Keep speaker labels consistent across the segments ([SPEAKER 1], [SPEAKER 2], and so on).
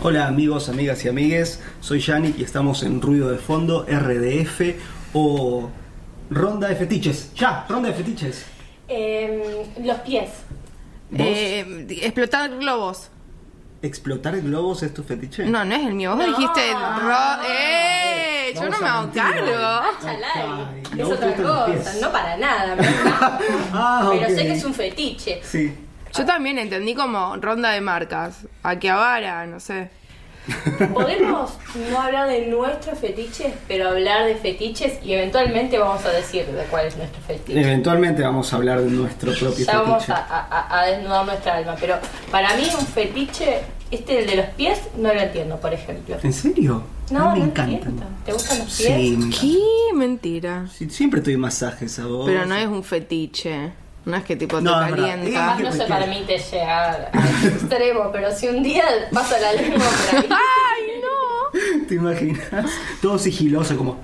[SPEAKER 1] Hola amigos, amigas y amigues, soy Yannick y estamos en Ruido de Fondo, RDF o Ronda de Fetiches. Ya, Ronda de Fetiches.
[SPEAKER 2] Eh, los pies.
[SPEAKER 1] ¿Vos?
[SPEAKER 3] Eh, explotar globos.
[SPEAKER 1] ¿Explotar globos es tu fetiche?
[SPEAKER 3] No, no es el mío. Vos
[SPEAKER 2] No.
[SPEAKER 3] dijiste el ro- ¡Eh! Yo
[SPEAKER 1] Vamos
[SPEAKER 3] no me
[SPEAKER 1] a
[SPEAKER 3] hago
[SPEAKER 1] mentir,
[SPEAKER 3] cargo.
[SPEAKER 1] vale.
[SPEAKER 2] Chalai.
[SPEAKER 1] Ay,
[SPEAKER 2] Ah, Es
[SPEAKER 1] no,
[SPEAKER 2] otra
[SPEAKER 1] tú te los
[SPEAKER 2] cosa,
[SPEAKER 1] pies.
[SPEAKER 2] no para nada. ¿verdad?
[SPEAKER 1] Ah,
[SPEAKER 2] Pero
[SPEAKER 1] ok.
[SPEAKER 2] sé que es un fetiche.
[SPEAKER 1] Sí.
[SPEAKER 3] Yo también entendí como ronda de marcas. A que avara, no sé.
[SPEAKER 2] Podemos no hablar de nuestros fetiches, pero hablar de fetiches y eventualmente vamos a decir de cuál es nuestro fetiche.
[SPEAKER 1] Eventualmente vamos a hablar de nuestro propio
[SPEAKER 2] Ya vamos
[SPEAKER 1] fetiche.
[SPEAKER 2] a, a- a desnudar nuestra alma. Pero para mí un fetiche, este el de los pies, no lo entiendo, por ejemplo.
[SPEAKER 1] ¿En serio?
[SPEAKER 2] No,
[SPEAKER 1] A mí
[SPEAKER 2] no
[SPEAKER 1] me encantan.
[SPEAKER 2] entiendo. ¿Te gustan los pies?
[SPEAKER 1] Sí, me encantan.
[SPEAKER 3] ¡Qué mentira!
[SPEAKER 1] Sí, Siempre estoy masajes a vos.
[SPEAKER 3] Pero no es un fetiche. No es que tipo te
[SPEAKER 1] No, es verdad.
[SPEAKER 3] calienta.
[SPEAKER 2] Capaz
[SPEAKER 1] ¿Qué
[SPEAKER 2] no se
[SPEAKER 1] cuestión?
[SPEAKER 2] permite llegar al extremo, pero si un día pasa la lengua por ahí.
[SPEAKER 3] ¡Ay, no!
[SPEAKER 1] ¿Te imaginas? Todo sigiloso, como.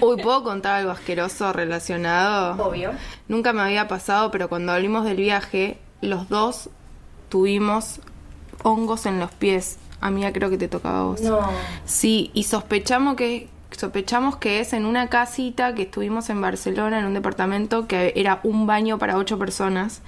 [SPEAKER 3] Uy, ¿puedo contar algo asqueroso relacionado?
[SPEAKER 2] Obvio.
[SPEAKER 3] Nunca me había pasado, pero cuando volvimos del viaje, los dos tuvimos hongos en los pies. A mí creo que te tocaba a vos.
[SPEAKER 2] No.
[SPEAKER 3] Sí, y sospechamos que sospechamos que es en una casita que estuvimos en Barcelona en un departamento que era un baño para ocho personas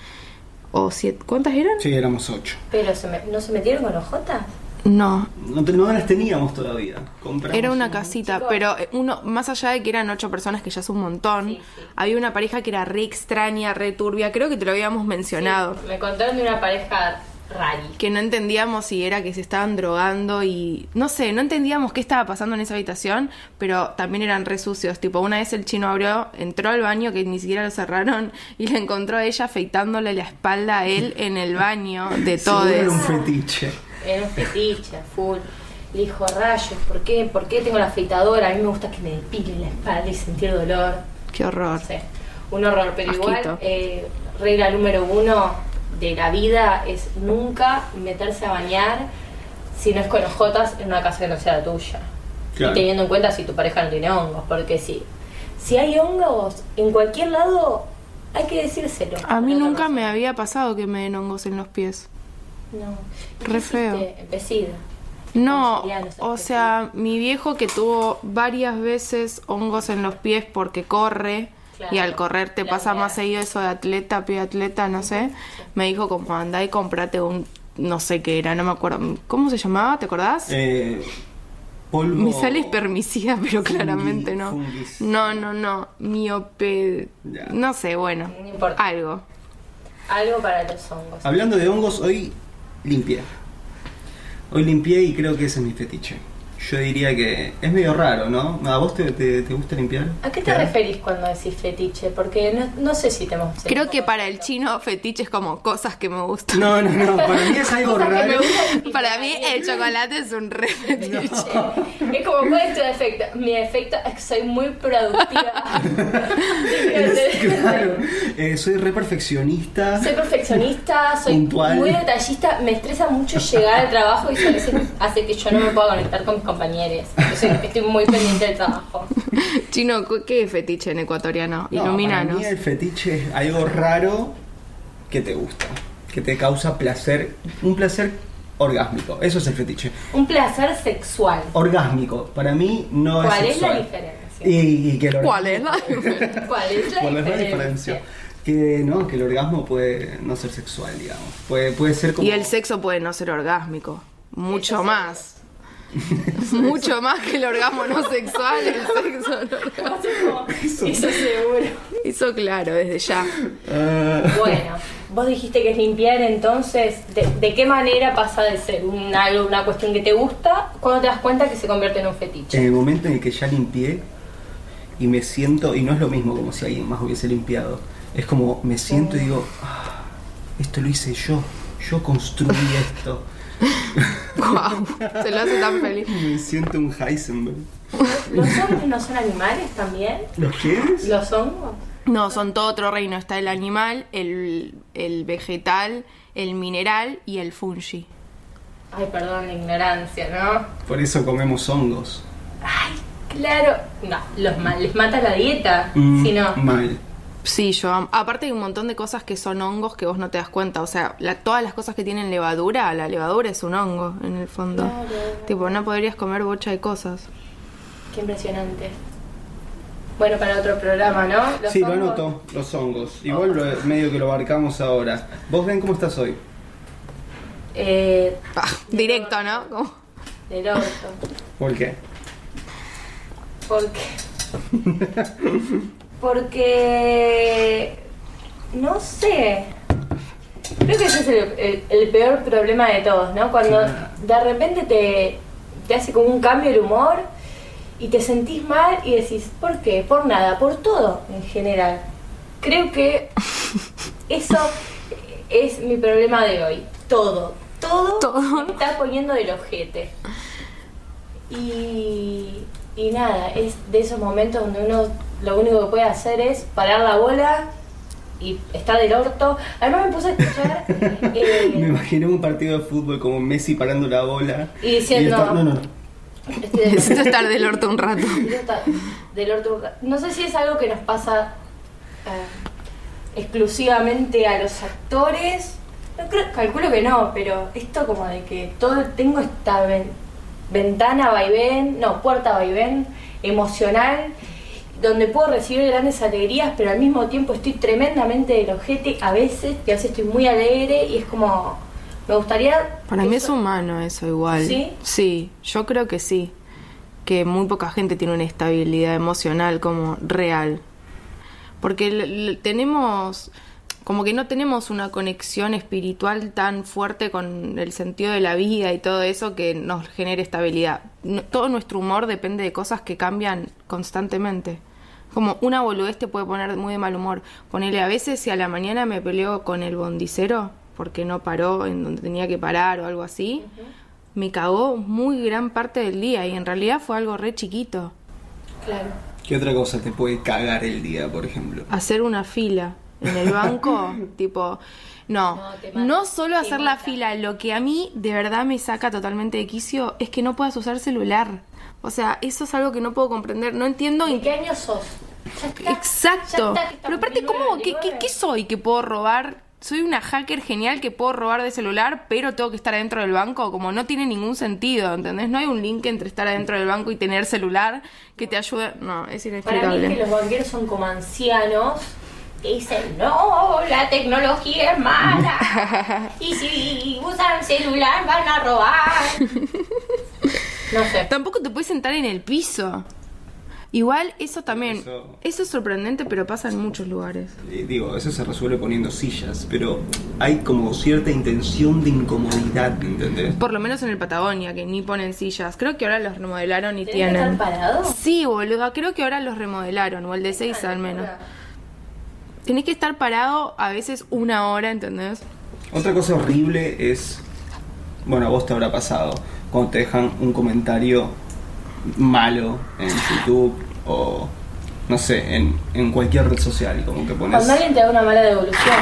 [SPEAKER 3] o siete, ¿cuántas eran?
[SPEAKER 1] Sí, éramos ocho.
[SPEAKER 2] Pero se me- ¿no se metieron con los J?
[SPEAKER 3] No,
[SPEAKER 1] No, te- no las teníamos todavía. Compramos
[SPEAKER 3] era una
[SPEAKER 1] uno.
[SPEAKER 3] casita,
[SPEAKER 2] Chicos.
[SPEAKER 3] pero eh, uno más allá de que eran ocho personas que ya es un montón,
[SPEAKER 2] Sí, sí.
[SPEAKER 3] había una pareja que era re extraña, re turbia, creo que te lo habíamos mencionado.
[SPEAKER 2] Sí, me contaron de una pareja rari.
[SPEAKER 3] que no entendíamos si era que se estaban drogando y no sé, no entendíamos qué estaba pasando en esa habitación, pero también eran re sucios. Tipo, una vez el chino abrió, entró al baño que ni siquiera lo cerraron y la encontró a ella afeitándole la espalda a él en el baño de
[SPEAKER 1] Seguro Era un
[SPEAKER 3] todos.
[SPEAKER 1] fetiche.
[SPEAKER 2] Era un fetiche, a full. Le dijo, rayos, ¿por qué? ¿Por qué tengo la afeitadora? A mí me gusta que me depilen la espalda y sentir dolor.
[SPEAKER 3] Qué horror.
[SPEAKER 2] No sé, un horror. Pero igual,
[SPEAKER 3] Asquito.
[SPEAKER 2] eh, regla número uno de la vida es nunca meterse a bañar si no es con ojotas en una casa que no sea la tuya.
[SPEAKER 1] Claro.
[SPEAKER 2] Y teniendo en cuenta si tu pareja no tiene hongos, porque si, si hay hongos en cualquier lado, hay que decírselo.
[SPEAKER 3] A mí
[SPEAKER 2] Pero
[SPEAKER 3] nunca
[SPEAKER 2] no-
[SPEAKER 3] me había pasado que me den hongos en los pies.
[SPEAKER 2] No. ¿Y
[SPEAKER 3] Re
[SPEAKER 2] qué
[SPEAKER 3] feo.
[SPEAKER 2] hiciste? Empecida.
[SPEAKER 3] No,
[SPEAKER 2] Australianos,
[SPEAKER 3] o sea, mi viejo que tuvo varias veces hongos en los pies porque corre
[SPEAKER 2] Claro,
[SPEAKER 3] y al correr te
[SPEAKER 2] la
[SPEAKER 3] pasa
[SPEAKER 2] humedad.
[SPEAKER 3] más seguido eso de atleta, pie atleta, no sé, me dijo como anda y comprate un, no sé qué era, no me acuerdo, ¿cómo se llamaba? ¿Te acordás?
[SPEAKER 1] Eh, polvo.
[SPEAKER 3] me sale espermicida, pero
[SPEAKER 1] Fungui-
[SPEAKER 3] claramente no.
[SPEAKER 1] fungis-
[SPEAKER 3] No, no, no, miope,
[SPEAKER 1] Ya.
[SPEAKER 3] no sé, bueno,
[SPEAKER 2] No importa.
[SPEAKER 3] algo.
[SPEAKER 2] Algo para los hongos.
[SPEAKER 1] Hablando de hongos, hoy limpié. Hoy limpié y creo que ese es mi fetiche. Yo diría que es medio raro, ¿no? ¿A vos te, te- te gusta limpiar?
[SPEAKER 2] ¿A qué te referís cuando decís fetiche? Porque no, no sé si te hemos...
[SPEAKER 3] Creo que para el chino fetiche es como cosas que me gustan.
[SPEAKER 1] No, no, no, para mí es algo raro.
[SPEAKER 3] Para mí el chocolate es un re fetiche.
[SPEAKER 2] Es como, ¿cuál es tu defecto? Mi defecto es que soy muy productiva.
[SPEAKER 1] Claro, eh, soy re perfeccionista.
[SPEAKER 2] soy perfeccionista, soy
[SPEAKER 1] Puntual.
[SPEAKER 2] muy detallista, me estresa mucho llegar al trabajo y eso a veces hace que yo no me pueda conectar con mis compañeros. Yo soy- estoy muy pendiente del trabajo.
[SPEAKER 3] Chino, ¿cu- ¿qué es fetiche en ecuatoriano?
[SPEAKER 1] No,
[SPEAKER 3] Iluminanos.
[SPEAKER 1] Para mí el fetiche es algo raro que te gusta, que te causa placer, un placer orgásmico. Eso es el fetiche.
[SPEAKER 2] Un placer sexual.
[SPEAKER 1] Orgásmico, para mí no
[SPEAKER 2] ¿Cuál
[SPEAKER 1] es
[SPEAKER 2] es la
[SPEAKER 1] sexual.
[SPEAKER 2] diferencia?
[SPEAKER 1] Y, y que el orgasmo-
[SPEAKER 3] ¿Cuál es la diferencia?
[SPEAKER 2] ¿Cuál es la
[SPEAKER 1] ¿Cuál es la
[SPEAKER 2] diferencia?
[SPEAKER 1] diferencia? Que no, que el orgasmo puede no ser sexual, digamos. Puede, puede ser como.
[SPEAKER 3] Y el sexo puede no ser orgásmico. Mucho
[SPEAKER 2] Eso sí.
[SPEAKER 3] más. Mucho más que el orgasmo no sexual, el sexo no orgásmico.
[SPEAKER 2] Eso seguro.
[SPEAKER 3] Eso claro, desde ya.
[SPEAKER 1] Ah,
[SPEAKER 2] Bueno, vos dijiste que es limpiar, entonces, ¿de, de qué manera pasa de ser un, algo, una cuestión que te gusta, cuando te das cuenta que se convierte en un fetiche?
[SPEAKER 1] en el momento en el que ya limpié y me siento, y no es lo mismo como si alguien más hubiese limpiado, es como me siento y digo, "Ah, esto lo hice yo, yo construí esto.
[SPEAKER 3] Guau, se lo hace tan feliz.
[SPEAKER 1] Me siento un Heisenberg.
[SPEAKER 2] ¿Los hongos no son animales también?
[SPEAKER 1] ¿Los quieres?
[SPEAKER 2] ¿Los hongos?
[SPEAKER 3] No, son todo otro reino. Está el animal, el, el vegetal, el mineral y el fungi.
[SPEAKER 2] Ay, perdón la ignorancia, ¿no?
[SPEAKER 1] Por eso comemos hongos.
[SPEAKER 2] Ay, claro. No, los ma- les mata la dieta,
[SPEAKER 1] Mm,
[SPEAKER 2] si no.
[SPEAKER 1] Mal.
[SPEAKER 3] Sí, yo am- Aparte hay un montón de cosas que son hongos que vos no te das cuenta. O sea, la- todas las cosas que tienen levadura, la levadura es un hongo en el fondo.
[SPEAKER 2] Claro.
[SPEAKER 3] Tipo, no podrías comer bocha de cosas.
[SPEAKER 2] Qué impresionante. Bueno, para otro programa, ¿no? Los
[SPEAKER 1] Sí, lo
[SPEAKER 2] hongos.
[SPEAKER 1] anoto, los hongos. Igual lo- medio que lo abarcamos ahora. ¿Vos ven cómo estás hoy?
[SPEAKER 2] Eh,
[SPEAKER 3] Pa, Ah, directo, ¿no? Como-
[SPEAKER 2] del orto.
[SPEAKER 1] ¿Por qué?
[SPEAKER 2] ¿Por qué? Porque... No sé. Creo que ese es el, el- el peor problema de todos, ¿no? Cuando
[SPEAKER 1] Claro.
[SPEAKER 2] de repente te, te hace como un cambio el humor y te sentís mal y decís, ¿por qué? Por nada, por todo en general. Creo que eso es mi problema de hoy. Todo, todo,
[SPEAKER 3] Todo.
[SPEAKER 2] me está poniendo del ojete. Y, y nada, es de esos momentos donde uno lo único que puede hacer es parar la bola y está del orto. Además me puse a escuchar eh,
[SPEAKER 1] Me imaginé un partido de fútbol como Messi parando la bola.
[SPEAKER 2] Y diciendo-
[SPEAKER 1] está- no, no, no.
[SPEAKER 2] estoy del
[SPEAKER 3] Necesito
[SPEAKER 2] orto,
[SPEAKER 3] estar del orto un rato.
[SPEAKER 2] estoy ta- del orto. No sé si es algo que nos pasa eh, exclusivamente a los actores. No creo, calculo que no, pero esto como de que todo tengo esta ven- ventana vaivén, no, puerta vaivén emocional donde puedo recibir grandes alegrías, pero al mismo tiempo estoy tremendamente del ojete a veces, y a veces estoy muy alegre y es como me gustaría
[SPEAKER 3] Para mí es
[SPEAKER 2] eso-
[SPEAKER 3] humano eso igual.
[SPEAKER 2] ¿Sí?
[SPEAKER 3] Sí, yo creo que sí. Que muy poca gente tiene una estabilidad emocional como real. Porque l- l- tenemos, como que no tenemos una conexión espiritual tan fuerte con el sentido de la vida y todo eso que nos genere estabilidad. No- todo nuestro humor depende de cosas que cambian constantemente. Como una boludez te puede poner muy de mal humor. Ponele a veces si a la mañana me peleo con el bondicero porque no paró en donde tenía que parar o algo así, me cagó muy gran parte del día y en realidad fue algo re chiquito.
[SPEAKER 2] Claro.
[SPEAKER 1] ¿Qué otra cosa te puede cagar el día, por ejemplo?
[SPEAKER 3] hacer una fila en el banco, tipo, no,
[SPEAKER 2] No, te mata,
[SPEAKER 3] no, solo
[SPEAKER 2] te
[SPEAKER 3] hacer la
[SPEAKER 2] mata.
[SPEAKER 3] fila, lo que a mí de verdad me saca totalmente de quicio es que no puedas usar celular. O sea, eso es algo que no puedo comprender, no entiendo en
[SPEAKER 2] ¿De qué año sos? Ya está, ya
[SPEAKER 3] Exacto.
[SPEAKER 2] está, que estamos
[SPEAKER 3] Pero aparte,
[SPEAKER 2] en
[SPEAKER 3] ¿cómo? ¿Qué,
[SPEAKER 2] 1999.
[SPEAKER 3] qué, qué soy que puedo robar? Soy una hacker genial que puedo robar de celular, pero tengo que estar adentro del banco. Como no tiene ningún sentido, ¿entendés? No hay un link entre estar adentro del banco y tener celular que te ayude. No, es inexplicable.
[SPEAKER 2] Para mí es que los banqueros son como ancianos que dicen, no, la tecnología es mala. y si usan celular van a robar. No sé.
[SPEAKER 3] Tampoco te puedes sentar en el piso. Igual eso también,
[SPEAKER 1] Eso-
[SPEAKER 3] eso, es sorprendente, pero pasa en muchos lugares.
[SPEAKER 1] Eh, Digo, eso se resuelve poniendo sillas, pero hay como cierta intención de incomodidad, ¿entendés?
[SPEAKER 3] Por lo menos en el Patagonia, que ni ponen sillas. Creo que ahora los remodelaron y
[SPEAKER 2] ¿Tenés que estar
[SPEAKER 3] tienen.
[SPEAKER 2] parado?
[SPEAKER 3] Sí, boluda, creo que ahora los remodelaron, o el de seis al menos. Tenés que estar parado a veces una hora, ¿entendés?
[SPEAKER 1] Otra cosa horrible es, bueno, a vos te habrá pasado, cuando te dejan un comentario malo en YouTube o, no sé, en, en cualquier red social, como que pones...
[SPEAKER 2] Cuando alguien te da una mala devolución.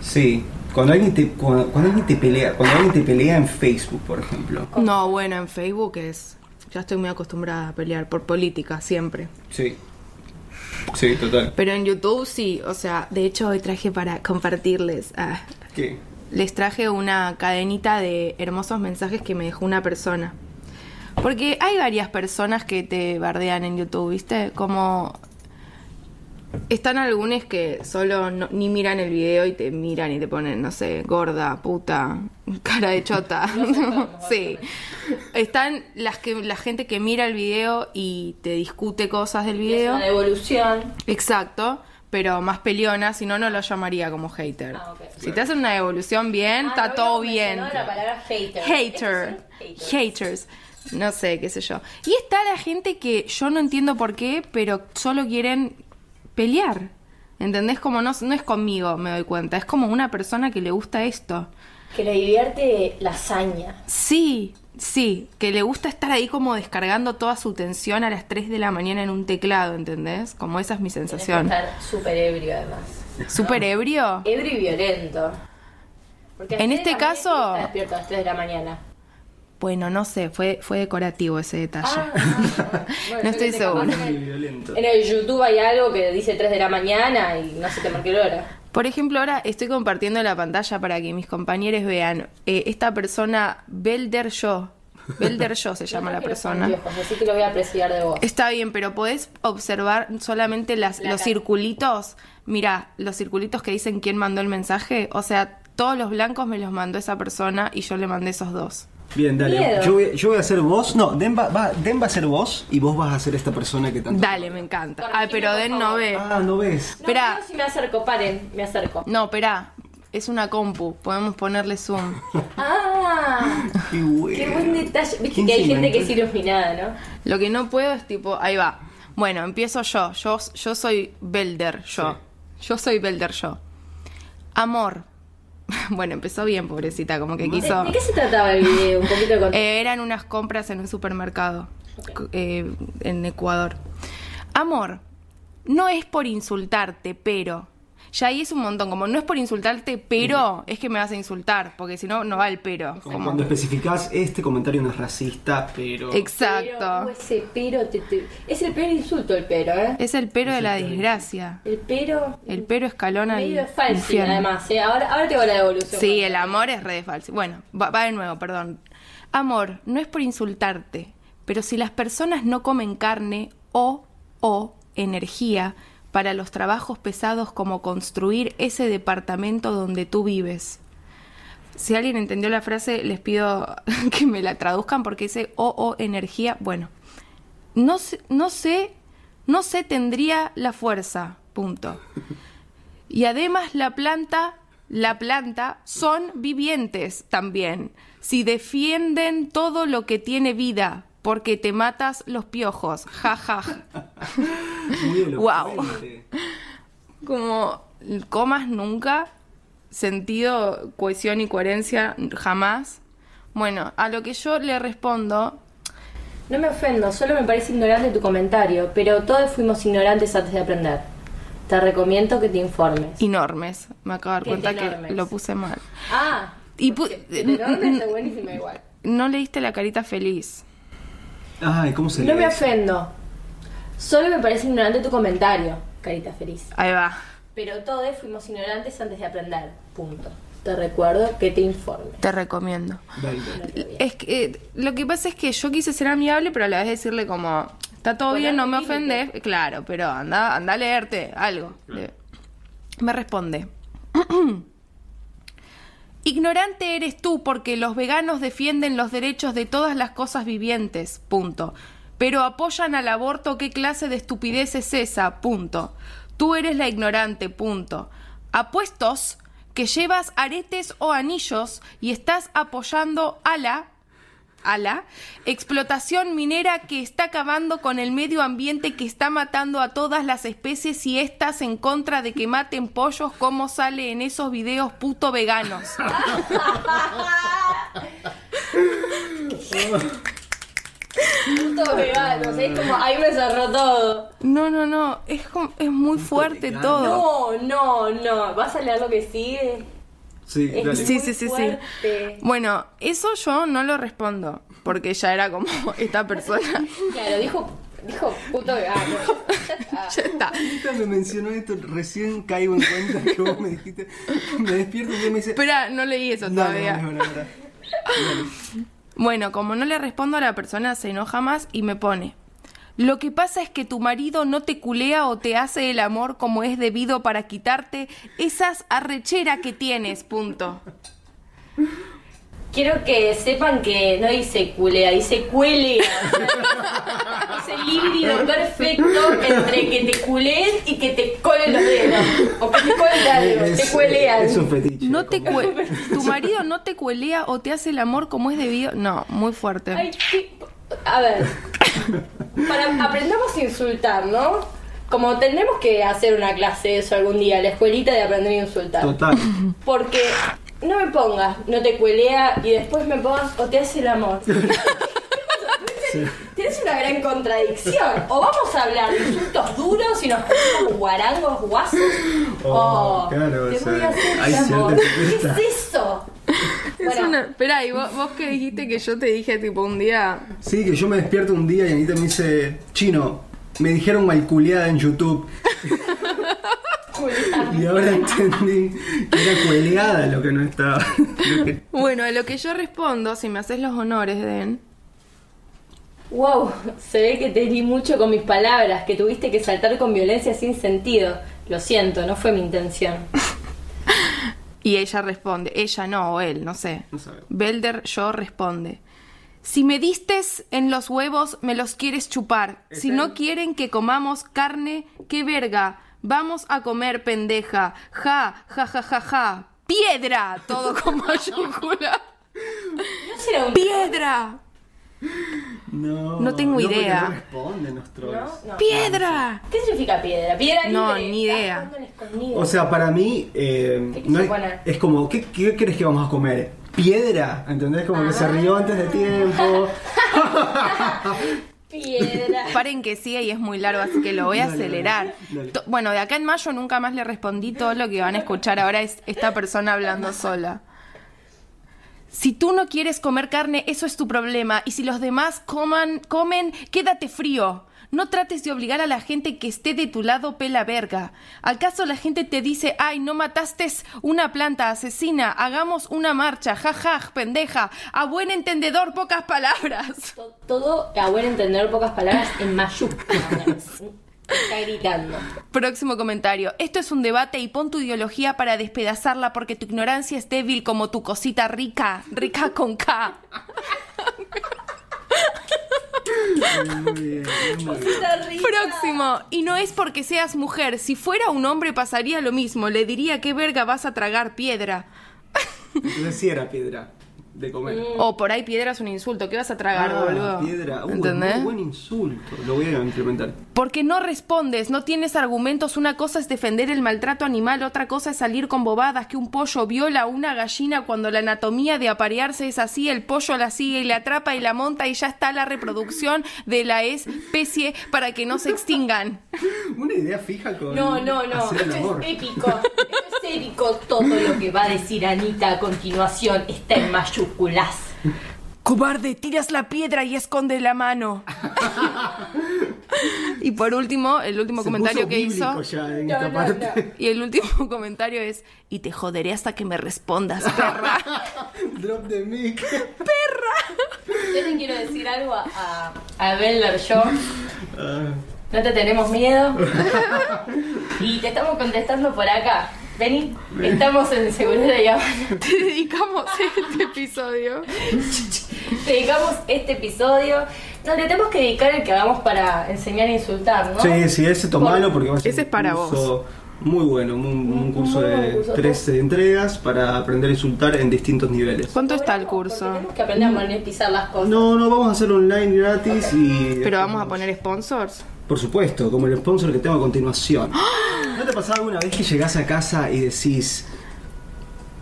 [SPEAKER 1] Sí, cuando alguien, te, cuando, cuando alguien te pelea, cuando alguien te pelea en Facebook, por ejemplo.
[SPEAKER 3] No, bueno, en Facebook es. Ya estoy muy acostumbrada a pelear por política, siempre.
[SPEAKER 1] Sí. Sí, total.
[SPEAKER 3] Pero en YouTube sí, o sea, de hecho hoy traje para compartirles. ah,
[SPEAKER 1] ¿Qué?
[SPEAKER 3] les traje una cadenita de hermosos mensajes que me dejó una persona. Porque hay varias personas que te bardean en YouTube, ¿viste? Como están algunos que solo no- ni miran el video y te miran y te ponen, no sé, gorda, puta, cara de chota. sí. Están las que la gente que mira el video y te discute cosas del
[SPEAKER 2] Es
[SPEAKER 3] video.
[SPEAKER 2] una devolución.
[SPEAKER 3] Exacto, pero más peleona, si no, no lo llamaría como hater.
[SPEAKER 2] Ah, ok.
[SPEAKER 3] Si te hacen una evolución bien,
[SPEAKER 2] Ah,
[SPEAKER 3] está
[SPEAKER 2] no
[SPEAKER 3] todo
[SPEAKER 2] habíamos
[SPEAKER 3] bien.
[SPEAKER 2] mencionado la palabra hater. Este
[SPEAKER 3] Hater.
[SPEAKER 2] Estos son haters.
[SPEAKER 3] Haters. No sé, qué sé yo. Y está la gente que yo no entiendo por qué, pero solo quieren pelear. ¿Entendés? Como no, no es conmigo, me doy cuenta. Es como una persona que le gusta esto.
[SPEAKER 2] Que le divierte la hazaña.
[SPEAKER 3] Sí, sí, que le gusta estar ahí como descargando toda su tensión a las 3 de la mañana en un teclado, ¿entendés? Como esa es mi
[SPEAKER 2] Tenés que
[SPEAKER 3] sensación.
[SPEAKER 2] estar súper ebrio además.
[SPEAKER 3] ¿Súper ebrio?
[SPEAKER 2] Ebrio y violento. Porque a las
[SPEAKER 3] En
[SPEAKER 2] tres de
[SPEAKER 3] este
[SPEAKER 2] la mañana
[SPEAKER 3] caso-
[SPEAKER 2] está despierto a las 3 de la mañana.
[SPEAKER 3] Bueno, no sé, fue, fue decorativo ese detalle.
[SPEAKER 2] Ah, ah, bueno,
[SPEAKER 3] No estoy
[SPEAKER 2] yo que te capaz que
[SPEAKER 3] segura.
[SPEAKER 1] Muy
[SPEAKER 2] En el,
[SPEAKER 1] violento.
[SPEAKER 2] en el YouTube hay algo que dice 3 de la mañana y no sé qué marca la hora.
[SPEAKER 3] Por ejemplo, ahora estoy compartiendo la pantalla para que mis compañeros vean. Eh, esta persona, Belder Yo. Belder Yo se llama
[SPEAKER 2] No
[SPEAKER 3] la
[SPEAKER 2] quiero estar
[SPEAKER 3] persona.
[SPEAKER 2] ansiosa, Así que lo voy a apreciar de vos.
[SPEAKER 3] Está bien, pero podés observar solamente las,
[SPEAKER 2] La
[SPEAKER 3] los
[SPEAKER 2] cara.
[SPEAKER 3] circulitos. Mira, los circulitos que dicen quién mandó el mensaje. O sea, todos los blancos me los mandó esa persona y yo le mandé esos dos.
[SPEAKER 1] Bien, dale.
[SPEAKER 2] Miedo.
[SPEAKER 1] Yo voy, yo voy a ser vos. No, Den va, va- Den va a ser vos y vos vas a ser esta persona que tanto.
[SPEAKER 3] Dale, me encanta.
[SPEAKER 2] Corregime,
[SPEAKER 3] Ah, pero
[SPEAKER 2] por
[SPEAKER 3] Den no
[SPEAKER 2] favor.
[SPEAKER 3] ve.
[SPEAKER 1] Ah, no ves.
[SPEAKER 2] No,
[SPEAKER 3] Esperá.
[SPEAKER 2] yo si me acerco, paren, me acerco.
[SPEAKER 3] No, espera. Es una compu. Podemos ponerle zoom.
[SPEAKER 2] ¡Ah!
[SPEAKER 1] Qué bueno.
[SPEAKER 2] ¡Qué buen detalle! Viste
[SPEAKER 1] ¿Quién
[SPEAKER 2] que hay
[SPEAKER 1] se
[SPEAKER 2] gente que es
[SPEAKER 1] inventó?
[SPEAKER 2] iluminada, ¿no?
[SPEAKER 3] Lo que no puedo es tipo, ahí va. Bueno, empiezo yo. Yo, yo soy Belder, yo. Yo soy Belder, yo. Amor. Bueno, empezó bien, pobrecita, como que quiso.
[SPEAKER 2] ¿De, de qué se trataba el video? Un poquito de contexto.
[SPEAKER 3] Eh, eran unas compras en un supermercado eh, en Ecuador. Amor, no es por insultarte, pero. Ya ahí es un montón, como no es por insultarte, pero es que me vas a insultar, porque si no, no va el pero.
[SPEAKER 1] Como
[SPEAKER 3] Como-
[SPEAKER 1] cuando especificás este comentario no es racista, pero.
[SPEAKER 2] Pero, uh,
[SPEAKER 3] Exacto.
[SPEAKER 2] ese pero te- te- es el peor insulto, el pero, ¿eh?
[SPEAKER 3] Es el pero de la desgracia.
[SPEAKER 2] El pero.
[SPEAKER 3] El pero escalona al
[SPEAKER 2] Medio falso,
[SPEAKER 3] infierno.
[SPEAKER 2] además, ¿eh? Ahora, ahora tengo la devolución.
[SPEAKER 3] Sí, el amor es re de falso. Bueno, va, va de nuevo, perdón. Amor, no es por insultarte, pero si las personas no comen carne o o energía para los trabajos pesados como construir ese departamento donde tú vives. Si alguien entendió la frase, les pido que me la traduzcan porque ese o o energía, bueno, no sé, no sé, no sé tendría la fuerza, punto. Y además la planta, la planta son vivientes también. Si defienden todo lo que tiene vida, porque te matas los piojos. Ja, ja. ja.
[SPEAKER 1] Muy elocuente.
[SPEAKER 3] Guau. Como comas nunca, sentido, cohesión y coherencia jamás. Bueno, a lo que yo le respondo,
[SPEAKER 2] No me ofendo, solo me parece ignorante tu comentario, pero todos fuimos ignorantes antes de aprender. Te recomiendo que te informes.
[SPEAKER 3] enormes. Me acabo de dar
[SPEAKER 2] Que
[SPEAKER 3] cuenta
[SPEAKER 2] enormes.
[SPEAKER 3] que lo puse mal.
[SPEAKER 2] Ah,
[SPEAKER 3] Y pu-
[SPEAKER 2] enorme está buenísima igual.
[SPEAKER 3] No le diste la carita feliz.
[SPEAKER 1] Ay, ¿cómo se
[SPEAKER 2] No
[SPEAKER 1] lee
[SPEAKER 2] me
[SPEAKER 1] eso?
[SPEAKER 2] ofendo, solo me parece ignorante tu comentario, carita feliz.
[SPEAKER 3] Ahí va.
[SPEAKER 2] Pero todos fuimos ignorantes antes de aprender, punto. Te recuerdo que te informes.
[SPEAKER 3] Te recomiendo.
[SPEAKER 1] Dale, dale.
[SPEAKER 3] Es que eh, lo que pasa es que yo quise ser amigable, pero a la vez decirle como, está todo
[SPEAKER 2] Poner
[SPEAKER 3] bien, no me
[SPEAKER 2] límites.
[SPEAKER 3] ofendes, claro, pero anda, anda a leerte algo. Le- Me responde. Ignorante eres tú porque los veganos defienden los derechos de todas las cosas vivientes, punto. Pero apoyan al aborto, ¿qué clase de estupidez es esa? Punto. Tú eres la ignorante, punto. Apuestos que llevas aretes o anillos y estás apoyando a la a la explotación minera que está acabando con el medio ambiente, que está matando a todas las especies y estás en contra de que maten pollos como sale en esos videos puto veganos.
[SPEAKER 2] Puto veganos, es como ahí me cerró todo.
[SPEAKER 3] No, no, no, es, como- es muy fuerte
[SPEAKER 1] vegano.
[SPEAKER 3] todo.
[SPEAKER 2] No, no, no. ¿Vas a leer lo que sigue?
[SPEAKER 1] Sí,
[SPEAKER 2] Es-
[SPEAKER 1] dale.
[SPEAKER 3] Sí,
[SPEAKER 2] Muy
[SPEAKER 3] sí, sí, sí.
[SPEAKER 2] fuerte.
[SPEAKER 3] Bueno, eso yo no lo respondo, porque ya era como esta persona.
[SPEAKER 2] Claro, dijo, dijo puto ah, vegano.
[SPEAKER 3] ya está.
[SPEAKER 1] Ahorita me mencionó esto, recién caigo en cuenta que vos me dijiste. Me despierto y me dice.
[SPEAKER 3] Espera, no leí eso
[SPEAKER 1] Dale,
[SPEAKER 3] todavía.
[SPEAKER 1] dale, dale, dale.
[SPEAKER 3] Bueno, como no le respondo a la persona, se enoja más y me pone. Lo que pasa es que tu marido no te culea o te hace el amor como es debido para quitarte esas arrechera que tienes, punto.
[SPEAKER 2] Quiero que sepan que no dice culea, dice cuelea. es el híbrido perfecto entre que te culeen y que te colen los dedos. O que te colen la dedos, te
[SPEAKER 1] Es-
[SPEAKER 2] cuelean.
[SPEAKER 1] Es un fetiche.
[SPEAKER 3] No te
[SPEAKER 1] como-
[SPEAKER 3] cue- tu marido no te cuelea o te hace el amor como es debido. No, muy fuerte.
[SPEAKER 2] Ay, qué- A ver. Para, aprendamos a insultar, ¿no? Como tendremos que hacer una clase de eso algún día, la escuelita de aprender a insultar.
[SPEAKER 1] Total.
[SPEAKER 2] Porque no me pongas, no te cuelea y después me pongas o te hace el amor.
[SPEAKER 1] Sí.
[SPEAKER 2] Tienes una gran contradicción. O vamos a hablar de insultos duros y nos ponemos guarangos, guasos.
[SPEAKER 1] Oh,
[SPEAKER 2] o
[SPEAKER 1] claro,
[SPEAKER 2] te
[SPEAKER 1] o sea,
[SPEAKER 2] voy a hacer
[SPEAKER 1] hay
[SPEAKER 2] el amor.
[SPEAKER 1] cierta
[SPEAKER 2] ¿Qué
[SPEAKER 1] etiqueta.
[SPEAKER 2] es eso?
[SPEAKER 3] Es
[SPEAKER 2] Bueno.
[SPEAKER 3] una. Esperá, y vos, vos que dijiste que yo te dije, tipo, un día.
[SPEAKER 1] Sí, que yo me despierto un día y Anita me dice, chino, me dijeron malculeada en YouTube. Y ahora entendí que era cueleada lo que no estaba. Lo que-
[SPEAKER 3] Bueno, a lo que yo respondo, si me haces los honores, Den.
[SPEAKER 2] Wow, se ve que te di mucho con mis palabras, que tuviste que saltar con violencia sin sentido. Lo siento, no fue mi intención.
[SPEAKER 3] Y ella responde, ella no, o él, no sé.
[SPEAKER 1] No sabemos.
[SPEAKER 3] Belder, yo responde. Si me distes en los huevos, me los quieres chupar. Si
[SPEAKER 1] Ese-
[SPEAKER 3] no quieren que comamos carne, qué verga. Vamos a comer, pendeja. Ja, ja, ja, ja, ja. Piedra, todo con mayúscula.
[SPEAKER 2] No será un...
[SPEAKER 3] Piedra,
[SPEAKER 1] No,
[SPEAKER 3] No tengo
[SPEAKER 1] porque
[SPEAKER 3] idea.
[SPEAKER 1] No responden los trolls.
[SPEAKER 2] No, no.
[SPEAKER 3] piedra.
[SPEAKER 2] ¿Qué significa piedra? Piedra libre.
[SPEAKER 3] No, ni
[SPEAKER 2] Estás
[SPEAKER 3] idea.
[SPEAKER 2] jugando al escondido.
[SPEAKER 1] O sea, para mí, eh,
[SPEAKER 2] ¿Qué quiso
[SPEAKER 1] no es,
[SPEAKER 2] poner?
[SPEAKER 1] es como, ¿qué, ¿qué crees que vamos a comer? ¿Piedra? ¿Entendés? Como
[SPEAKER 2] Ah.
[SPEAKER 1] que se rió antes de tiempo.
[SPEAKER 2] piedra.
[SPEAKER 3] Paren que sí, y es muy largo, así que lo voy a
[SPEAKER 1] Dale,
[SPEAKER 3] acelerar.
[SPEAKER 1] dale, dale.
[SPEAKER 3] To- Bueno, de acá en mayo nunca más le respondí todo lo que van a escuchar ahora es esta persona hablando sola. Si tú no quieres comer carne, eso es tu problema. Y si los demás coman, comen, quédate frío. No trates de obligar a la gente que esté de tu lado pela verga. ¿Acaso la gente te dice, ay, no mataste una planta asesina, hagamos una marcha, jajaj, pendeja, a buen entendedor, pocas palabras?
[SPEAKER 2] To- Todo a buen entender pocas palabras en mayúsculas. Está gritando.
[SPEAKER 3] Próximo comentario. Esto es un debate y pon tu ideología para despedazarla porque tu ignorancia es débil como tu cosita rica, rica con K.
[SPEAKER 1] Muy bien, muy bien.
[SPEAKER 2] Está rica.
[SPEAKER 3] Próximo. Y no es porque seas mujer. Si fuera un hombre pasaría lo mismo. Le diría qué verga vas a tragar piedra.
[SPEAKER 1] Entonces sí era piedra de comer.
[SPEAKER 3] O Oh, por ahí piedra es un insulto. ¿Qué vas a tragar,
[SPEAKER 1] Mm. Ah,
[SPEAKER 3] boludo?
[SPEAKER 1] Piedra. Uh,
[SPEAKER 3] ¿Entendés?
[SPEAKER 1] muy buen insulto. Lo voy a implementar.
[SPEAKER 3] Porque no respondes, no tienes argumentos. Una cosa es defender el maltrato animal, otra cosa es salir con bobadas que un pollo viola a una gallina cuando la anatomía de aparearse es así, el pollo la sigue y la atrapa y la monta y ya está la reproducción de la especie para que no se extingan.
[SPEAKER 1] Una idea fija con.
[SPEAKER 2] No, no, eh, no.
[SPEAKER 1] hacer el
[SPEAKER 2] Esto
[SPEAKER 1] amor.
[SPEAKER 2] es épico. Esto es épico todo lo que va a decir Anita a continuación. Está en mayúsculas.
[SPEAKER 3] Cobarde, tiras la piedra y esconde la mano. y por último, el último
[SPEAKER 1] Se
[SPEAKER 3] comentario
[SPEAKER 1] puso
[SPEAKER 3] que hizo.
[SPEAKER 1] bíblico ya en
[SPEAKER 2] No,
[SPEAKER 1] esta
[SPEAKER 2] no,
[SPEAKER 1] parte.
[SPEAKER 3] Y el último comentario es, y te joderé hasta que me respondas, perra.
[SPEAKER 1] Drop the mic.
[SPEAKER 2] Yo te quiero decir algo a, a, a Belder, yo.
[SPEAKER 1] Ah,
[SPEAKER 2] No te tenemos miedo. Y te estamos contestando por acá. Vení, estamos en Seguro y Habana.
[SPEAKER 3] Te dedicamos este episodio.
[SPEAKER 2] Dedicamos este episodio. No, le tenemos que dedicar el que hagamos para enseñar a insultar, ¿no?
[SPEAKER 1] Sí, sí, ese tomalo porque va a ser
[SPEAKER 3] Ese es
[SPEAKER 1] un
[SPEAKER 3] para
[SPEAKER 1] curso Muy bueno, un, un curso
[SPEAKER 2] muy
[SPEAKER 1] de
[SPEAKER 2] buen curso.
[SPEAKER 1] 13 entregas para aprender a insultar en distintos niveles.
[SPEAKER 3] ¿Cuánto está el
[SPEAKER 2] Porque
[SPEAKER 3] curso? Mm.
[SPEAKER 2] Tenemos que aprender a monetizar las cosas.
[SPEAKER 1] No, no, vamos a hacer online gratis y...
[SPEAKER 3] Pero vamos a poner sponsors.
[SPEAKER 1] Por supuesto, como el sponsor que tengo a continuación.
[SPEAKER 3] ¡Ah!
[SPEAKER 1] ¿No te pasaba alguna vez que llegás a casa y decís,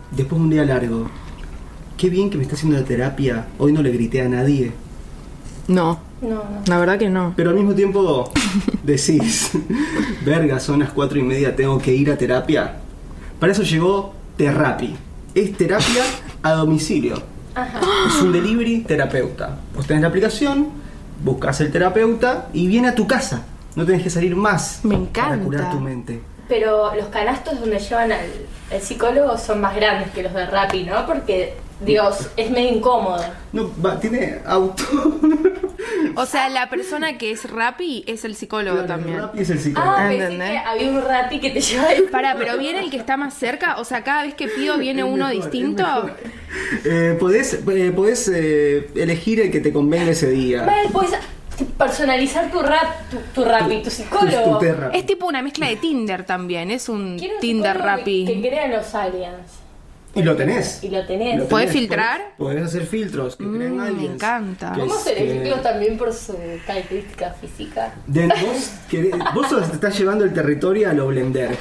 [SPEAKER 1] después de un día largo, qué bien que me está haciendo la terapia, hoy no le grité a nadie?
[SPEAKER 3] No,
[SPEAKER 2] No, no.
[SPEAKER 3] la verdad que no.
[SPEAKER 1] Pero al mismo tiempo decís, verga, son las cuatro y media, tengo que ir a terapia. Para eso llegó Terrapi. Es terapia a domicilio. Es un delivery terapeuta. Vos tenés la aplicación, buscas el terapeuta y viene a tu casa. No tenés que salir más
[SPEAKER 3] Me
[SPEAKER 1] para
[SPEAKER 3] encanta.
[SPEAKER 1] curar tu mente.
[SPEAKER 2] Pero los canastos donde llevan al, al psicólogo son más grandes que los de Rappi, ¿no? Porque, Dios, es medio incómodo.
[SPEAKER 1] No, va, tiene auto.
[SPEAKER 3] O sea, la persona que es Rappi es el psicólogo también.
[SPEAKER 1] Rappi es el psicólogo.
[SPEAKER 2] Ah, pensé
[SPEAKER 3] Entendé.
[SPEAKER 2] que había un Rappi que te lleva ahí.
[SPEAKER 3] Pará, pero viene el que está más cerca. O sea, cada vez que pido viene
[SPEAKER 1] Es
[SPEAKER 3] uno
[SPEAKER 1] mejor, es
[SPEAKER 3] distinto.
[SPEAKER 1] mejor. Eh, podés eh, podés, eh, elegir el que te convenga ese día.
[SPEAKER 2] Mal, puedes pues, personalizar tu rap, tu, tu Rappi, tu
[SPEAKER 1] Tu,
[SPEAKER 2] psicólogo.
[SPEAKER 1] tu Terrapi.
[SPEAKER 3] Es tipo una mezcla de Tinder también. Es un
[SPEAKER 2] Quiero un
[SPEAKER 3] Tinder
[SPEAKER 2] psicólogo que- Que
[SPEAKER 3] Rappi.
[SPEAKER 2] crean los aliens.
[SPEAKER 1] Y lo tenés.
[SPEAKER 2] Y lo tenés.
[SPEAKER 1] Lo
[SPEAKER 3] ¿Podés
[SPEAKER 1] tenés,
[SPEAKER 3] filtrar?
[SPEAKER 1] Podés,
[SPEAKER 3] Mm,
[SPEAKER 1] podés hacer filtros que creen
[SPEAKER 3] me
[SPEAKER 1] aliens,
[SPEAKER 3] encanta.
[SPEAKER 1] que
[SPEAKER 2] ¿Cómo
[SPEAKER 1] es-
[SPEAKER 2] se
[SPEAKER 1] que-
[SPEAKER 2] elegido también por su característica física?
[SPEAKER 1] de- vos, querés- vos os estás llevando el territorio a lo blender.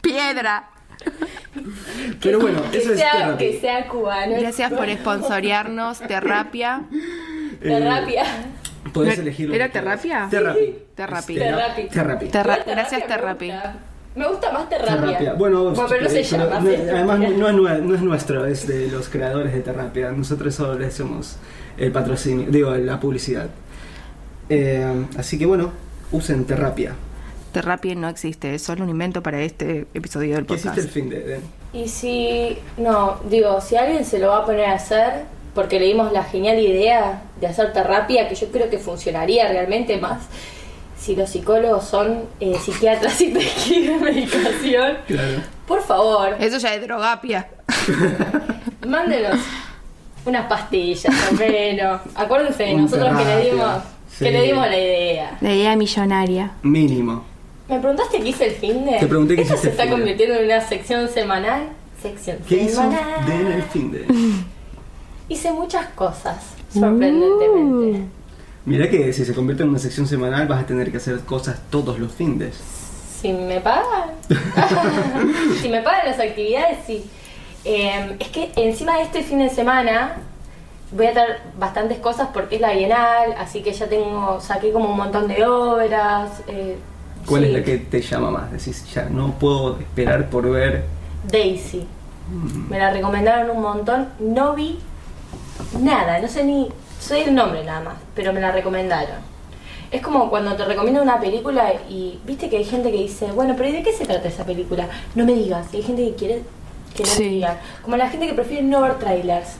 [SPEAKER 3] Piedra.
[SPEAKER 1] Pero bueno,
[SPEAKER 2] que,
[SPEAKER 1] eso es
[SPEAKER 2] sea,
[SPEAKER 1] Terrapi.
[SPEAKER 2] que sea cubano.
[SPEAKER 3] Gracias por esponsorearnos, Terrapia.
[SPEAKER 2] Terapia.
[SPEAKER 1] Eh, Podés
[SPEAKER 3] ¿No-
[SPEAKER 1] elegir lo
[SPEAKER 3] era
[SPEAKER 1] que quieras.
[SPEAKER 3] terapia?
[SPEAKER 1] Terrapi.
[SPEAKER 3] Terrapi.
[SPEAKER 1] Es tera-
[SPEAKER 2] Terrapi.
[SPEAKER 1] Terrapi.
[SPEAKER 3] Terra-
[SPEAKER 2] Terapia
[SPEAKER 3] gracias,
[SPEAKER 2] me
[SPEAKER 3] Terrapi.
[SPEAKER 2] gusta. Me gusta más Terrapia.
[SPEAKER 1] Terrapia. Bueno,
[SPEAKER 2] pero no se
[SPEAKER 1] eh, pero
[SPEAKER 2] llama.
[SPEAKER 1] no-
[SPEAKER 2] así.
[SPEAKER 1] además no, no es, nue- no es nuestro, es de los creadores de Terrapia. Nosotros solo le hacemos el patrocinio, digo, la publicidad. Eh, así que bueno, usen Terrapia.
[SPEAKER 3] Terrapia no existe, es solo un invento para este episodio del
[SPEAKER 1] ¿Qué hiciste el
[SPEAKER 3] podcast.
[SPEAKER 1] fin de? de-
[SPEAKER 2] Y si, no, digo, si alguien se lo va a poner a hacer, porque le dimos la genial idea de hacer terapia, que yo creo que funcionaría realmente más, si los psicólogos son eh, psiquiatras y prescriben medicación,
[SPEAKER 1] Claro.
[SPEAKER 2] por favor,
[SPEAKER 3] Eso ya es drogapia.
[SPEAKER 2] mándenos unas pastillas al menos. Acuérdense de
[SPEAKER 1] Un
[SPEAKER 2] nosotros que le
[SPEAKER 1] terapia,
[SPEAKER 2] dimos,
[SPEAKER 1] sí.
[SPEAKER 2] que le dimos la idea.
[SPEAKER 3] La idea millonaria.
[SPEAKER 1] Mínimo.
[SPEAKER 2] ¿Me preguntaste qué hice el fin de?
[SPEAKER 1] Te pregunté qué
[SPEAKER 2] Esto
[SPEAKER 1] hiciste el
[SPEAKER 2] se está
[SPEAKER 1] finde.
[SPEAKER 2] convirtiendo en una sección semanal. Sección
[SPEAKER 1] ¿Qué hizo
[SPEAKER 2] semanal.
[SPEAKER 1] Den el fin de?
[SPEAKER 2] Hice muchas cosas, sorprendentemente.
[SPEAKER 1] Mira que si se convierte en una sección semanal vas a tener que hacer cosas todos los findes.
[SPEAKER 2] Si me pagan. si me pagan las actividades, sí. Eh, es que encima de este fin de semana voy a traer bastantes cosas porque es la Bienal, así que ya tengo, saqué como un montón de obras. eh,
[SPEAKER 1] ¿Cuál es
[SPEAKER 2] sí.
[SPEAKER 1] la que te llama más? Decís, ya no puedo esperar por ver. Mm,
[SPEAKER 2] Daisy. Me la recomendaron un montón. No vi nada, no sé ni. Soy el nombre nada más, pero me la recomendaron. Es como cuando te recomiendan una película y viste que hay gente que dice, bueno, pero ¿y de qué se trata esa película? No me digas. Y hay gente que quiere que no te
[SPEAKER 3] Sí.
[SPEAKER 2] diga. Como la gente que prefiere no ver trailers.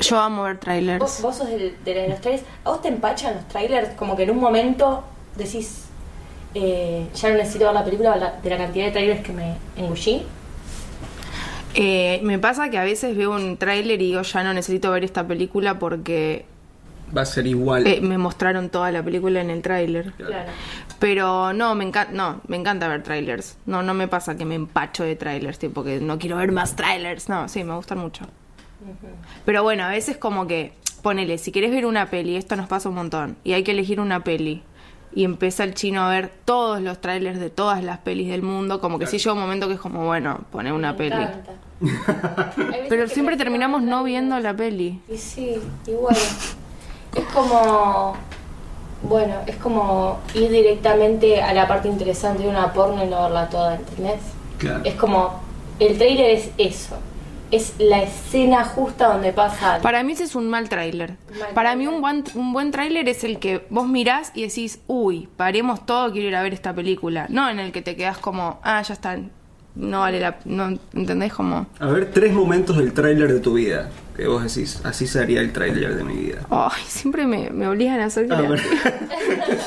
[SPEAKER 3] Yo amo ver
[SPEAKER 2] Vos,
[SPEAKER 3] trailers.
[SPEAKER 2] vos sos del- de, los trailers. ¿A vos te empachan los trailers? Como que en un momento decís, eh, ya no necesito ver la película la- de la cantidad de trailers que me engullí.
[SPEAKER 3] Eh, me pasa que a veces veo un tráiler y digo, ya no necesito ver esta película porque
[SPEAKER 1] Va a ser igual.
[SPEAKER 3] eh, me mostraron toda la película en el tráiler.
[SPEAKER 2] Claro.
[SPEAKER 3] Pero no, me encanta, no, me encanta ver trailers. No, no me pasa que me empacho de trailers, tipo que no quiero ver más trailers. No, sí, me gustan mucho. Pero bueno, a veces como que, ponele, si querés ver una peli, esto nos pasa un montón, y hay que elegir una peli. Y empieza el chino a ver todos los trailers de todas las pelis del mundo, como que si llega un momento que es como, bueno, pone una
[SPEAKER 2] Me
[SPEAKER 3] peli.
[SPEAKER 2] encanta. Hay veces
[SPEAKER 3] Pero
[SPEAKER 2] que
[SPEAKER 3] siempre
[SPEAKER 2] me
[SPEAKER 3] terminamos
[SPEAKER 2] quedo
[SPEAKER 3] no
[SPEAKER 2] tan-
[SPEAKER 3] viendo la peli.
[SPEAKER 2] Y sí, igual. es como. Bueno, es como ir directamente a la parte interesante de una porno y no verla toda, ¿entendés?
[SPEAKER 1] Claro.
[SPEAKER 2] Es como. El trailer es eso. Es la escena justa donde pasa algo.
[SPEAKER 3] Para mí ese es un mal tráiler.
[SPEAKER 2] Mal
[SPEAKER 3] Para mí
[SPEAKER 2] tráiler.
[SPEAKER 3] un buen, un buen tráiler es el que vos mirás y decís, uy, paremos todo, quiero ir a ver esta película. No en el que te quedás como, ah, ya está, no vale la... No, ¿Entendés? Como...
[SPEAKER 1] A ver, tres momentos del tráiler de tu vida. Que vos decís, así sería el tráiler de mi vida.
[SPEAKER 3] Ay, siempre me, me obligan a hacer
[SPEAKER 1] A
[SPEAKER 3] creativo.
[SPEAKER 1] ver.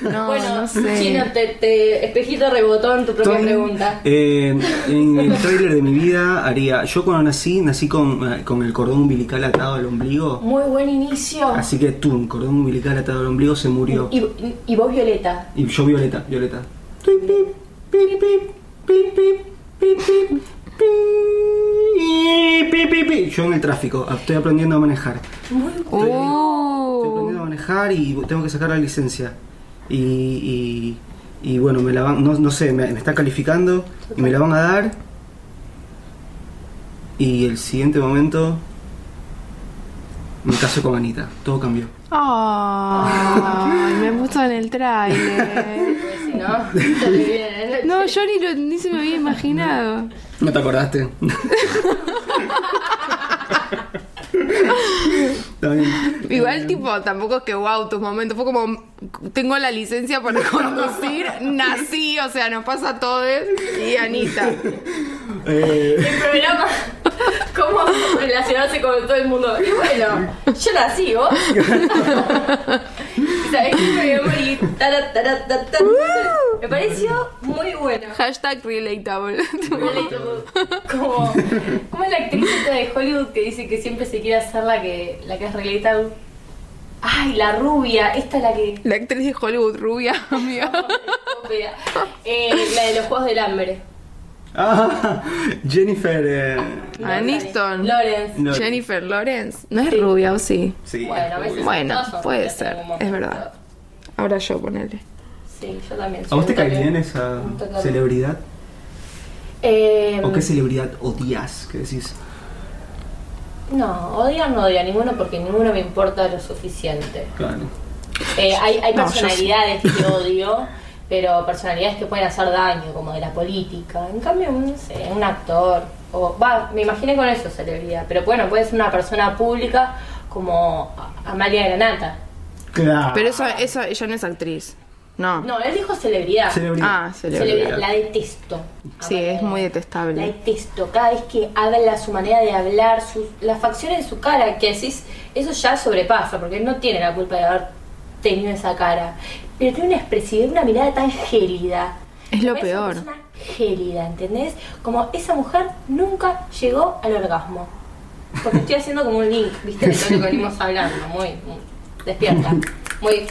[SPEAKER 3] No,
[SPEAKER 2] bueno,
[SPEAKER 3] no sé.
[SPEAKER 2] Chino, te, te- espejito rebotó en tu propia
[SPEAKER 1] Tom,
[SPEAKER 2] pregunta.
[SPEAKER 1] eh, en el tráiler de mi vida haría. Yo cuando nací, nací con, eh, con el cordón umbilical atado al ombligo.
[SPEAKER 2] Muy buen inicio.
[SPEAKER 1] Así que tú, un cordón umbilical atado al ombligo se murió.
[SPEAKER 2] Y, y- y vos, Violeta.
[SPEAKER 1] Y yo Violeta, Violeta. Tuip, pip, pip, pip, pip, pip, pip, pip, pi, pi, pi, pi. Yo en el tráfico, estoy aprendiendo a manejar.
[SPEAKER 2] Muy
[SPEAKER 1] Estoy aprendiendo a
[SPEAKER 3] Uh,
[SPEAKER 1] manejar y tengo que sacar la licencia. Y, y- y bueno, me la van, no, no sé, me, me está calificando y me la van a dar. Y el siguiente momento me caso con Anita. Todo cambió.
[SPEAKER 3] Ay, me puso en el tráiler.
[SPEAKER 2] Pues si no, se le viene ¿eh? la noche.
[SPEAKER 3] No, yo ni, lo- ni se me había imaginado.
[SPEAKER 1] ¿No te acordaste? Está bien.
[SPEAKER 3] Igual, tipo, tampoco es que wow, tus momentos. Fue como, tengo la licencia para conducir, nací, o sea, nos pasa a todos. Y Anita.
[SPEAKER 1] Eh,
[SPEAKER 2] El programa, cómo relacionarse con todo el mundo. Y bueno, yo nací, ¿vos? ¿Sabés qué? Me voy a morir. Tara, tara, ta, ta. Me pareció muy bueno.
[SPEAKER 3] Hashtag relatable.
[SPEAKER 2] Como, como es la actriz esta de Hollywood que dice que siempre se quiere hacer la que, la que es relatable. Ay, la rubia, esta es la que...
[SPEAKER 3] La actriz de Hollywood, rubia, amiga.
[SPEAKER 2] Eh, la de los Juegos del Hambre.
[SPEAKER 1] ah, Jennifer. eh,
[SPEAKER 3] Ah, Aniston.
[SPEAKER 2] Lawrence.
[SPEAKER 1] no.
[SPEAKER 3] Jennifer Lawrence. ¿No es rubia o sí?
[SPEAKER 1] Sí,
[SPEAKER 2] Bueno, a veces
[SPEAKER 3] Bueno,
[SPEAKER 2] todas son
[SPEAKER 3] puede
[SPEAKER 2] rubias en
[SPEAKER 3] ser,
[SPEAKER 2] algún momento.
[SPEAKER 3] es verdad. Ahora yo ponerle.
[SPEAKER 2] Sí, yo también.
[SPEAKER 1] ¿A
[SPEAKER 2] soy
[SPEAKER 1] vos te
[SPEAKER 2] un
[SPEAKER 1] cae
[SPEAKER 2] toque-
[SPEAKER 1] bien esa
[SPEAKER 2] un toque-
[SPEAKER 1] celebridad?
[SPEAKER 2] Eh,
[SPEAKER 1] ¿O qué celebridad odias? Que decís,
[SPEAKER 2] No, odio no odio a ninguno porque ninguno me importa lo suficiente.
[SPEAKER 1] claro.
[SPEAKER 2] Eh, hay hay
[SPEAKER 3] No, yo
[SPEAKER 2] personalidades que odio, pero personalidades que pueden hacer daño, como de la política. En cambio, no sé, un actor, o va, me imaginé con eso celebridad, pero bueno, puede ser una persona pública como Amalia Granata.
[SPEAKER 1] Claro.
[SPEAKER 3] Pero eso, eso, ella no es actriz. Ah. No.
[SPEAKER 2] No, él dijo celebridad.
[SPEAKER 1] Celebridad.
[SPEAKER 3] Ah, celebridad.
[SPEAKER 2] La detesto.
[SPEAKER 3] Sí,
[SPEAKER 2] Amalia
[SPEAKER 3] es muy
[SPEAKER 2] Granata. La
[SPEAKER 3] detestable.
[SPEAKER 2] detesto. Cada vez que habla, su manera de hablar, sus- las facciones de su cara, que decís, eso ya sobrepasa, porque no tiene la culpa de haber tenido esa cara. Pero tiene una expresividad, una mirada tan gélida.
[SPEAKER 3] Es lo
[SPEAKER 2] Parece una
[SPEAKER 3] peor.
[SPEAKER 2] persona gélida, ¿entendés? Como esa mujer nunca llegó al orgasmo. Porque estoy haciendo como un link, ¿viste? De todo lo que venimos hablando, muy, muy despierta. Muy.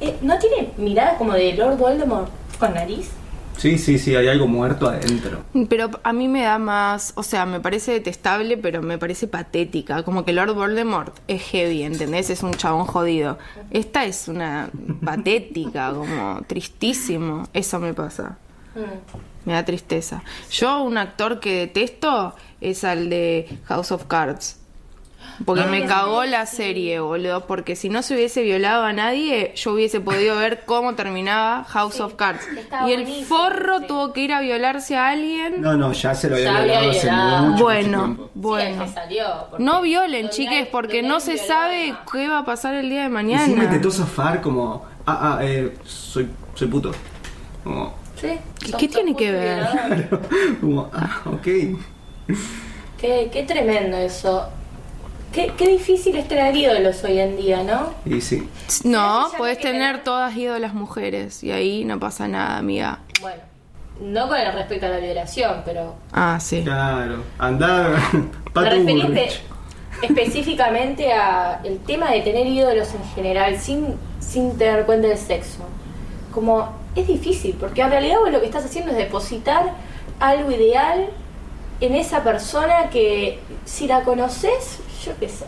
[SPEAKER 2] Eh, ¿No tiene mirada como de Lord Voldemort con nariz?
[SPEAKER 1] Sí, sí, sí, hay algo muerto adentro.
[SPEAKER 3] Pero a mí me da más, o sea, me parece detestable, pero me parece patética. Como que Lord Voldemort es heavy, ¿entendés? Es un chabón jodido. Esta es una patética, como tristísimo. Eso me pasa.
[SPEAKER 2] Mm.
[SPEAKER 3] Me da tristeza. Yo un actor que detesto es al de House of Cards.
[SPEAKER 2] Ah.
[SPEAKER 3] Porque me cagó la serie, boludo. Porque si no se hubiese violado a nadie, yo hubiese podido ver cómo terminaba House
[SPEAKER 2] Sí,
[SPEAKER 3] of Cards.
[SPEAKER 2] estaba
[SPEAKER 3] Y el
[SPEAKER 2] buenísimo,
[SPEAKER 3] forro
[SPEAKER 2] sí.
[SPEAKER 3] tuvo que ir a violarse a alguien.
[SPEAKER 1] No, no, ya se lo había
[SPEAKER 2] Ya había
[SPEAKER 1] violado hace
[SPEAKER 2] violado.
[SPEAKER 1] mucho,
[SPEAKER 3] Bueno.
[SPEAKER 1] mucho tiempo.
[SPEAKER 3] Bueno.
[SPEAKER 2] Sí, el que salió, porque-
[SPEAKER 3] No violen,
[SPEAKER 2] Lo
[SPEAKER 3] chiques,
[SPEAKER 2] viola-
[SPEAKER 3] porque
[SPEAKER 2] lo
[SPEAKER 3] no se
[SPEAKER 2] viola-
[SPEAKER 3] sabe qué va a pasar el día de
[SPEAKER 1] Encima intentó
[SPEAKER 3] mañana.
[SPEAKER 1] zafar como. Ah, ah, eh, soy, soy puto. Como,
[SPEAKER 2] Sí.
[SPEAKER 3] ¿Qué-
[SPEAKER 2] Son
[SPEAKER 3] qué
[SPEAKER 2] dos
[SPEAKER 3] tiene que
[SPEAKER 2] putos
[SPEAKER 3] ver?
[SPEAKER 2] violadores.
[SPEAKER 1] como, ah, ok.
[SPEAKER 2] Qué, qué tremendo eso. Qué, qué difícil es tener ídolos hoy en día, ¿no?
[SPEAKER 1] Y sí.
[SPEAKER 2] Eso
[SPEAKER 3] No,
[SPEAKER 2] ya no
[SPEAKER 3] podés
[SPEAKER 2] hay que
[SPEAKER 3] tener
[SPEAKER 2] tener.
[SPEAKER 3] todas ídolas mujeres. Y ahí no pasa nada, amiga.
[SPEAKER 2] Bueno, no con el respecto a la violación, pero.
[SPEAKER 3] Ah, sí.
[SPEAKER 1] Claro. Andar.
[SPEAKER 2] ¿Te
[SPEAKER 1] Pato
[SPEAKER 2] referiste
[SPEAKER 1] Burrich.
[SPEAKER 2] específicamente a el tema de tener ídolos en general, sin, sin tener cuenta del sexo? Como es difícil, porque en realidad vos lo que estás haciendo es depositar algo ideal en esa persona que si la conoces, yo qué sé.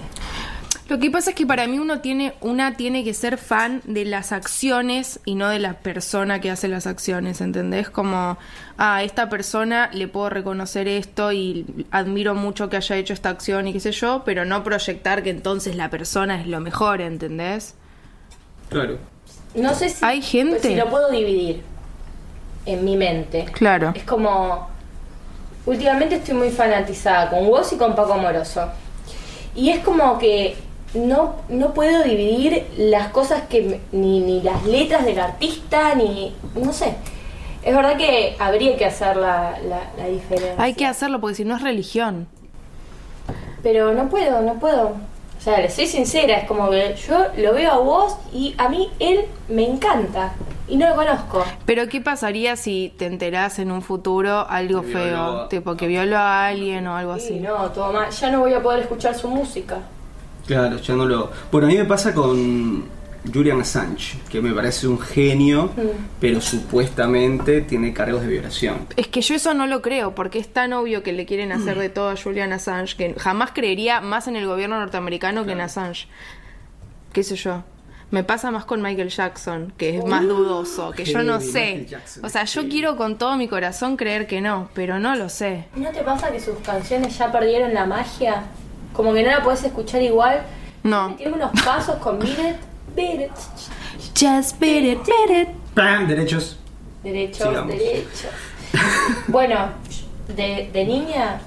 [SPEAKER 3] Lo que pasa es que para mí uno tiene, una tiene que ser fan de las acciones y no de la persona que hace las acciones, ¿entendés? Como "Ah, a esta persona le puedo reconocer esto y admiro mucho que haya hecho esta acción y qué sé yo, pero no proyectar que entonces la persona es lo mejor, ¿entendés?
[SPEAKER 1] Claro.
[SPEAKER 2] No sé si,
[SPEAKER 3] Hay gente.
[SPEAKER 2] si lo puedo dividir en mi mente.
[SPEAKER 3] Claro.
[SPEAKER 2] Es como. Últimamente estoy muy fanatizada con vos y con Paco Moroso. Y es como que no, no puedo dividir las cosas que. me- Ni, ni las letras del artista, ni. No sé. Es verdad que habría que hacer la, la- la diferencia.
[SPEAKER 3] Hay que hacerlo porque si no es religión.
[SPEAKER 2] Pero no puedo, no puedo. O sea, le soy sincera, es como que yo lo veo a vos y a mí él me encanta. Y no lo conozco.
[SPEAKER 3] Pero ¿qué pasaría si te enterás en un futuro algo
[SPEAKER 1] Que
[SPEAKER 3] feo?
[SPEAKER 1] violó a-
[SPEAKER 3] Tipo que violó a alguien o algo
[SPEAKER 2] Sí,
[SPEAKER 3] así.
[SPEAKER 2] no, todo mal. Ya no voy a poder escuchar su música.
[SPEAKER 1] Claro, ya no lo. Bueno, a mí me pasa con Julian Assange, que me parece un genio,
[SPEAKER 2] Mm.
[SPEAKER 1] pero supuestamente tiene cargos de violación.
[SPEAKER 3] Es que yo eso no lo creo, porque es tan obvio que le quieren hacer de todo a Julian Assange que jamás creería más en el gobierno norteamericano que en Assange. ¿Qué sé yo? Me pasa más con Michael Jackson, que es más dudoso, que yo no
[SPEAKER 1] heavy,
[SPEAKER 3] sé.
[SPEAKER 1] Michael Jackson,
[SPEAKER 3] O sea, yo
[SPEAKER 1] heavy.
[SPEAKER 3] quiero con todo mi corazón creer que no, pero no lo sé.
[SPEAKER 2] ¿No te pasa que sus canciones ya perdieron la magia? Como que no la puedes escuchar igual.
[SPEAKER 3] No.
[SPEAKER 2] Tiene unos pasos con Beat It, Beat It.
[SPEAKER 3] Just beat it, beat it.
[SPEAKER 1] ¡Pam! Derechos.
[SPEAKER 2] Derecho,
[SPEAKER 1] Sigamos.
[SPEAKER 2] derecho. Bueno, de, de niña,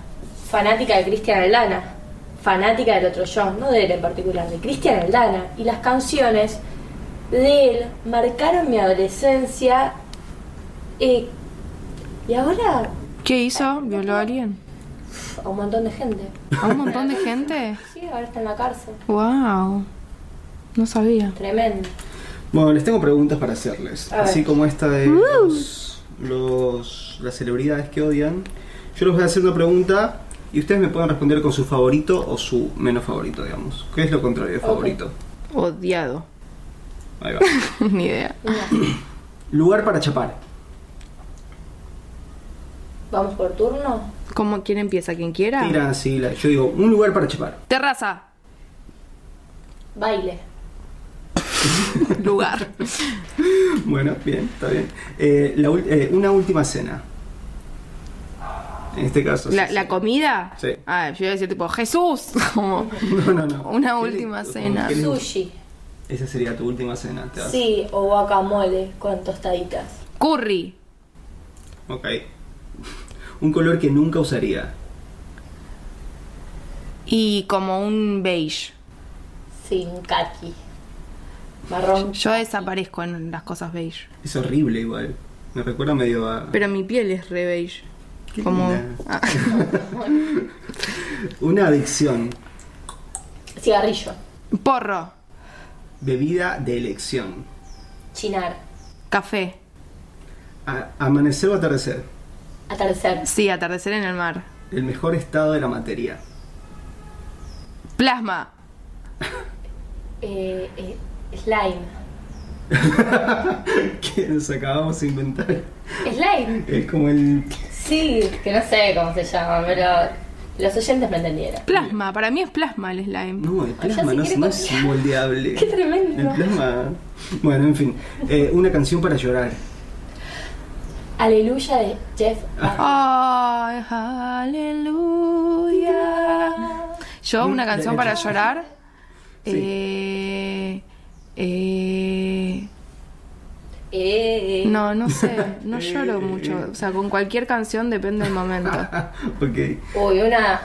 [SPEAKER 2] fanática de Cristian Aldana. Fanática del otro yo, no de él en particular, de Cristian Aldana. Y las canciones de él marcaron mi adolescencia. eh, y ahora
[SPEAKER 3] ¿Qué hizo? ¿Violó a alguien?
[SPEAKER 2] a un montón de gente.
[SPEAKER 3] ¿A un montón de gente?
[SPEAKER 2] Sí, ahora está en la cárcel.
[SPEAKER 3] ¡Wow! No sabía.
[SPEAKER 2] Tremendo.
[SPEAKER 1] Bueno, les tengo preguntas para hacerles.
[SPEAKER 2] A ver.
[SPEAKER 1] Así como esta de los, los- las celebridades que odian. Yo les voy a hacer una pregunta y ustedes me pueden responder con su favorito o su menos favorito, digamos. ¿Qué es lo contrario de
[SPEAKER 2] Ok.
[SPEAKER 1] favorito?
[SPEAKER 3] Odiado.
[SPEAKER 1] Ahí va.
[SPEAKER 3] Ni idea.
[SPEAKER 1] Lugar para chapar.
[SPEAKER 2] Vamos por turno.
[SPEAKER 3] ¿Cómo? ¿Quién empieza? ¿Quién quiera?
[SPEAKER 1] Tiran así, la- yo digo, un lugar para chapar.
[SPEAKER 3] Terraza.
[SPEAKER 2] Baile.
[SPEAKER 3] lugar.
[SPEAKER 1] Bueno, bien, está bien. Eh, la ul- eh, una última cena. En este caso.
[SPEAKER 3] La,
[SPEAKER 1] sí,
[SPEAKER 3] la
[SPEAKER 1] sí.
[SPEAKER 3] comida.
[SPEAKER 1] Sí.
[SPEAKER 3] Ah, yo iba a decir tipo, Jesús. Como
[SPEAKER 1] No, no, no.
[SPEAKER 3] Una
[SPEAKER 1] ¿Qué le-
[SPEAKER 3] última
[SPEAKER 1] qué
[SPEAKER 3] cena.
[SPEAKER 1] le-
[SPEAKER 2] Sushi.
[SPEAKER 1] Esa sería tu última cena, te vas.
[SPEAKER 2] Sí, o guacamole con tostaditas.
[SPEAKER 3] Curry.
[SPEAKER 1] Ok. Un color que nunca usaría.
[SPEAKER 3] Y como un beige.
[SPEAKER 2] Sin kaki. Marrón.
[SPEAKER 3] Yo desaparezco en las cosas beige.
[SPEAKER 1] Es horrible igual. Me recuerda medio a.
[SPEAKER 3] Pero mi piel es re beige.
[SPEAKER 1] Qué
[SPEAKER 3] Como.
[SPEAKER 1] linda.
[SPEAKER 3] Ah,
[SPEAKER 1] Una adicción.
[SPEAKER 2] Cigarrillo.
[SPEAKER 3] porro.
[SPEAKER 1] Bebida de elección.
[SPEAKER 2] Chinar.
[SPEAKER 3] Café.
[SPEAKER 1] A- amanecer o atardecer.
[SPEAKER 2] Atardecer.
[SPEAKER 3] Sí, atardecer en el mar.
[SPEAKER 1] El mejor estado de la materia.
[SPEAKER 3] Plasma.
[SPEAKER 2] Eh, eh, slime.
[SPEAKER 1] que nos acabamos de inventar.
[SPEAKER 2] Slime.
[SPEAKER 1] Es como el.
[SPEAKER 2] Sí, que no sé cómo se llama, pero los oyentes me entendieron.
[SPEAKER 3] Plasma. Para mí es plasma el slime.
[SPEAKER 1] No, el plasma
[SPEAKER 2] se
[SPEAKER 1] no,
[SPEAKER 2] quiere
[SPEAKER 1] no es
[SPEAKER 2] copiar.
[SPEAKER 1] moldeable.
[SPEAKER 2] Qué tremendo.
[SPEAKER 1] El plasma. Bueno, en fin. Eh, una canción para llorar.
[SPEAKER 2] Aleluya de Jeff. Buckley.
[SPEAKER 3] Ah. Ay, aleluya. Yo, una canción para llorar.
[SPEAKER 1] Sí.
[SPEAKER 3] Eh, eh,
[SPEAKER 2] Eh,
[SPEAKER 3] no, no sé. No lloro
[SPEAKER 1] Eh.
[SPEAKER 3] mucho. O sea, con cualquier canción depende del momento.
[SPEAKER 1] ok.
[SPEAKER 2] Uy, una,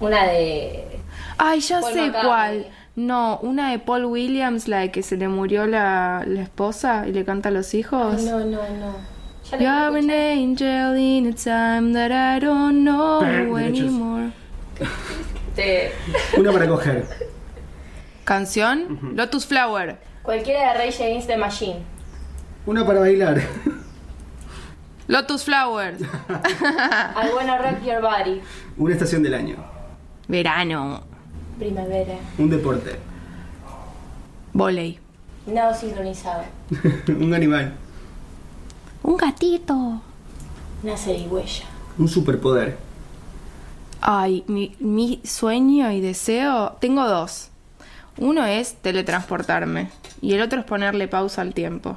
[SPEAKER 2] una de.
[SPEAKER 3] Ay, ya
[SPEAKER 2] Paul
[SPEAKER 3] sé
[SPEAKER 2] McCartney.
[SPEAKER 3] cuál. No, una de Paul Williams, la de que se le murió la, la esposa y le canta a los hijos.
[SPEAKER 2] No, no, no. Ya la
[SPEAKER 3] You're an
[SPEAKER 2] escuché.
[SPEAKER 3] angel in a time that I don't know
[SPEAKER 1] Perro, derechos.
[SPEAKER 3] anymore.
[SPEAKER 2] Te-
[SPEAKER 1] Una para coger.
[SPEAKER 3] Canción Lotus Flower.
[SPEAKER 2] Cualquiera de Rage Against the Machine.
[SPEAKER 1] Una para bailar.
[SPEAKER 3] Lotus Flower.
[SPEAKER 2] I wanna rock your body.
[SPEAKER 1] Una estación del año.
[SPEAKER 3] Verano.
[SPEAKER 2] Primavera.
[SPEAKER 1] Un deporte.
[SPEAKER 3] Voley.
[SPEAKER 2] No sincronizado.
[SPEAKER 1] un animal.
[SPEAKER 3] Un gatito.
[SPEAKER 2] Una serigüeya.
[SPEAKER 1] Un superpoder.
[SPEAKER 3] Ay, mi, mi sueño y deseo. Tengo dos. Uno es teletransportarme. Y el otro es ponerle pausa al tiempo.